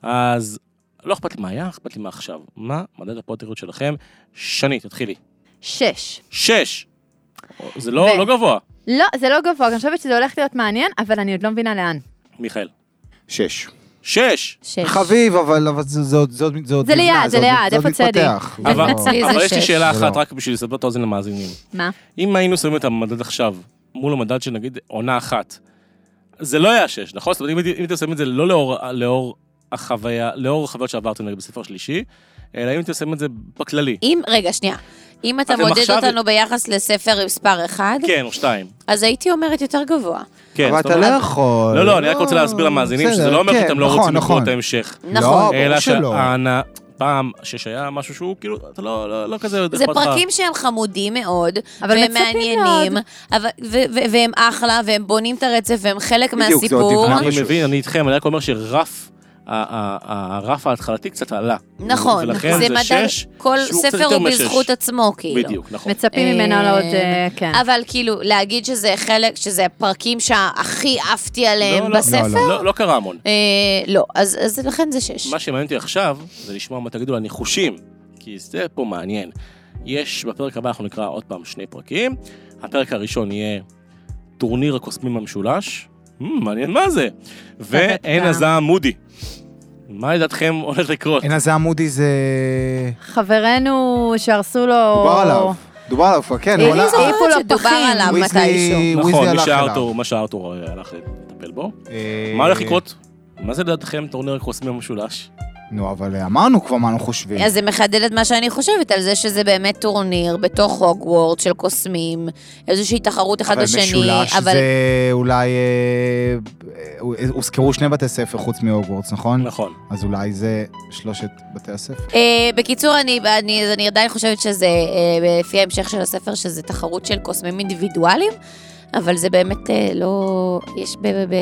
אז לא אכפת לי מה היה, אכפת לי מה עכשיו. מה מדד הפוטריות שלכם? שני, תתחילי. שש. שש! זה לא, ו- לא גבוה. לא, זה לא גבוה, אני חושבת שזה הולך להיות מעניין, אבל אני עוד לא מבינה לאן. מיכאל. שש. שש! שש. חביב, אבל אבל זה זה עוד... זה עוד- עוד זה ליד, נבנה, זה עוד- ליד, עוד איפה צדי? מתפתח. זה אבל, לא- אצלי זה אבל יש לי שש. שאלה זה אחת לא. רק בשביל לסבר את האוזן למאזינים. מה? אם היינו שמים את המדד עכשיו מול המדד של נגיד עונה אחת, זה לא היה שש, נכון? זאת אומרת, אם הייתי- אם הייתם שמים את זה לא לאור, לאור החוויה, לאור החוויות שעברתם נגיד בספר השלישי, אלא אם הייתם שמים את זה בכללי. אם, רגע, שנייה. אם אתה אתם מודד עכשיו- אותנו ביחס לספר מספר אחד, אה, כן, או שתיים. אז הייתי אומרת יותר גבוה. כן, אבל זאת אתה לא אומרת- יכול. לא, לא, אני רק רוצה להסביר למאזינים שזה בסדר, לא אומר כן, שאתם לא נכון, רוצים לקרוא נכון. את ההמשך. נכון. לא, ברור אלא שלא. שהענה, פעם שש היה משהו שהוא כאילו, אתה לא- לא לא כזה זה אכפת לך. פרקים שהם חמודים מאוד, אבל והם מצפים מעניינים, אבל- ו- ו- והם אחלה, והם בונים את הרצף, והם חלק בדיוק, זה עוד מהסיפור. נבנה. אני פשוט. מבין, אני איתכם, אני רק אומר שרף, ה- ה- ה- הרף ההתחלתי קצת עלה. נכון, ולכן זה מדד- שש, כל שהוא קצת ספר יותר הוא משש. בזכות עצמו, כאילו. בדיוק, נכון. מצפים ממנו אה, לעוד... אה, כן. אבל כאילו, להגיד שזה חלק, שזה הפרקים שהכי עפתי עליהם בספר? לא, לא, לא קרה המון. אה, לא, אז אז לכן זה שש. מה שמעניין אותי עכשיו, זה לשמוע מה תגידו על ניחושים, כי זה פה מעניין. יש, בפרק הבא אנחנו נקרא עוד פעם שני פרקים. הפרק הראשון יהיה טורניר הקוסמים המשולש, Hmm, מעניין מה זה. ואין הזעם מודי. מה לדעתכם הולך לקרות? אין הזה המודי זה... חברנו שהרסו לו... דובר עליו. דובר עליו כבר, כן. אה, הוא עלה- אה, לא זוכרת העיפו לו שדובר פחים. עליו ויזלי- מתישהו. נכון, ויזלי מי הלך אליו. שהארתור, מה שהארתור אה, הלך לטפל בו. אה, מה הולך לקרות? מה זה לדעתכם טורניר הקוסמים המשולש? נו, אבל אמרנו כבר מה אנחנו חושבים. אז זה מחדד את מה שאני חושבת, על זה שזה באמת טורניר בתוך הוגוורט של קוסמים, איזושהי תחרות אחד בשני. אבל משולש זה אולי... אה, אה, הוזכרו שני בתי ספר חוץ מהוגוורטס, נכון? נכון. אז אולי זה שלושת בתי הספר. אה, בקיצור, אני, אני, אז אני עדיין חושבת שזה, אה, לפי ההמשך של הספר, שזה תחרות של קוסמים אינדיבידואליים, אבל זה באמת אה, לא... יש ב- ב- ב-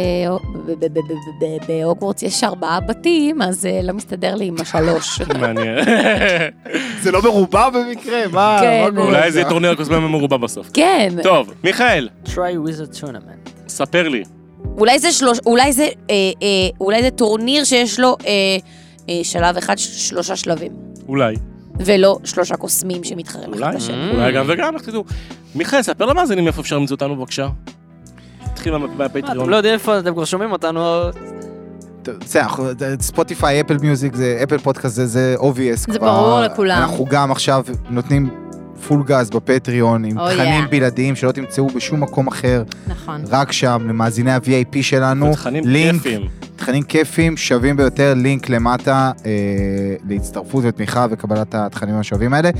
ב- ב- ב- ב- בהוגוורטס יש ארבעה בתים, אז אה, לא מסתדר לי עם השלוש. מעניין. זה לא מרובע במקרה? מה? כן. מה קורה אולי זה שם? טורניר הקוסמים המרובע בסוף. כן, טוב, מיכאל, Try with a tournament. ספר לי. אולי זה שלוש... אולי זה, אה, אה, אולי זה טורניר שיש לו אה, אה, שלב אחד, ש- שלושה שלבים, אולי. ולא שלושה קוסמים שמתחרים אחד אולי. בשני. אולי גם וגם, איך תדעו. מיכאל, ספר למאזינים איפה אפשר למצוא אותנו בבקשה. נתחיל מה- מה, מהפטריון. אתם לא יודעים איפה אתם כבר שומעים אותנו, טוב, זה, אנחנו- ספוטיפיי, אפל מיוזיק, זה אפל פודקאסט, זה- זה obvious כבר. זה ברור לכולם. אנחנו גם עכשיו נותנים פול גז בפטריון, עם Oh, yeah. תכנים בלעדיים שלא תמצאו בשום מקום אחר, נכון. רק שם, למאזיני ה-VIP שלנו. תכנים לינק, כיפים. תכנים כיפים, שווים ביותר, לינק למטה אה, להצטרפות ותמיכה וקבלת התכנים השווים האלה.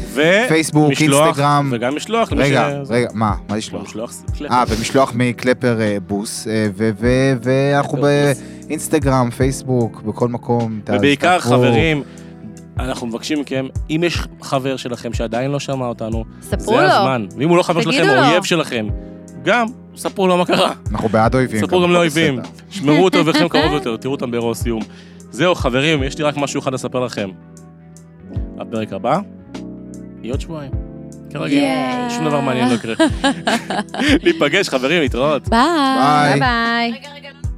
פייסבוק, ומשלוח, אינסטגרם. אה, וגם משלוח. למי רגע, ש- רגע, מה? מה לא, לשלוח? משלוח זה קלפ. אה, במשלוח מקלפר אה, בוס, אה, ו- ו- ואנחנו קלפר באינסטגרם, פייסבוק, בכל מקום. ובעיקר, תעזרו. חברים, אנחנו מבקשים מכם, אם יש חבר שלכם שעדיין לא שמע אותנו, זה ספרו לו. הזמן. ואם הוא לא חבר תגידו שלכם, הוא לו. אויב שלכם, גם, ספרו לו מה קרה. אנחנו בעד אויבים. ספרו גם הכל לאויבים. בסדר. שמרו אותו אויביכם קרוב יותר, תראו אותם באירוע סיום. זהו, חברים, יש לי רק משהו אחד לספר לכם. הפרק הבא, יהיה עוד שבועיים. כרגיל, יאיי. שום דבר מעניין לא יקרה. ניפגש, חברים, להתראות. ביי. ביי ביי. ביי. רגע, רגע, לא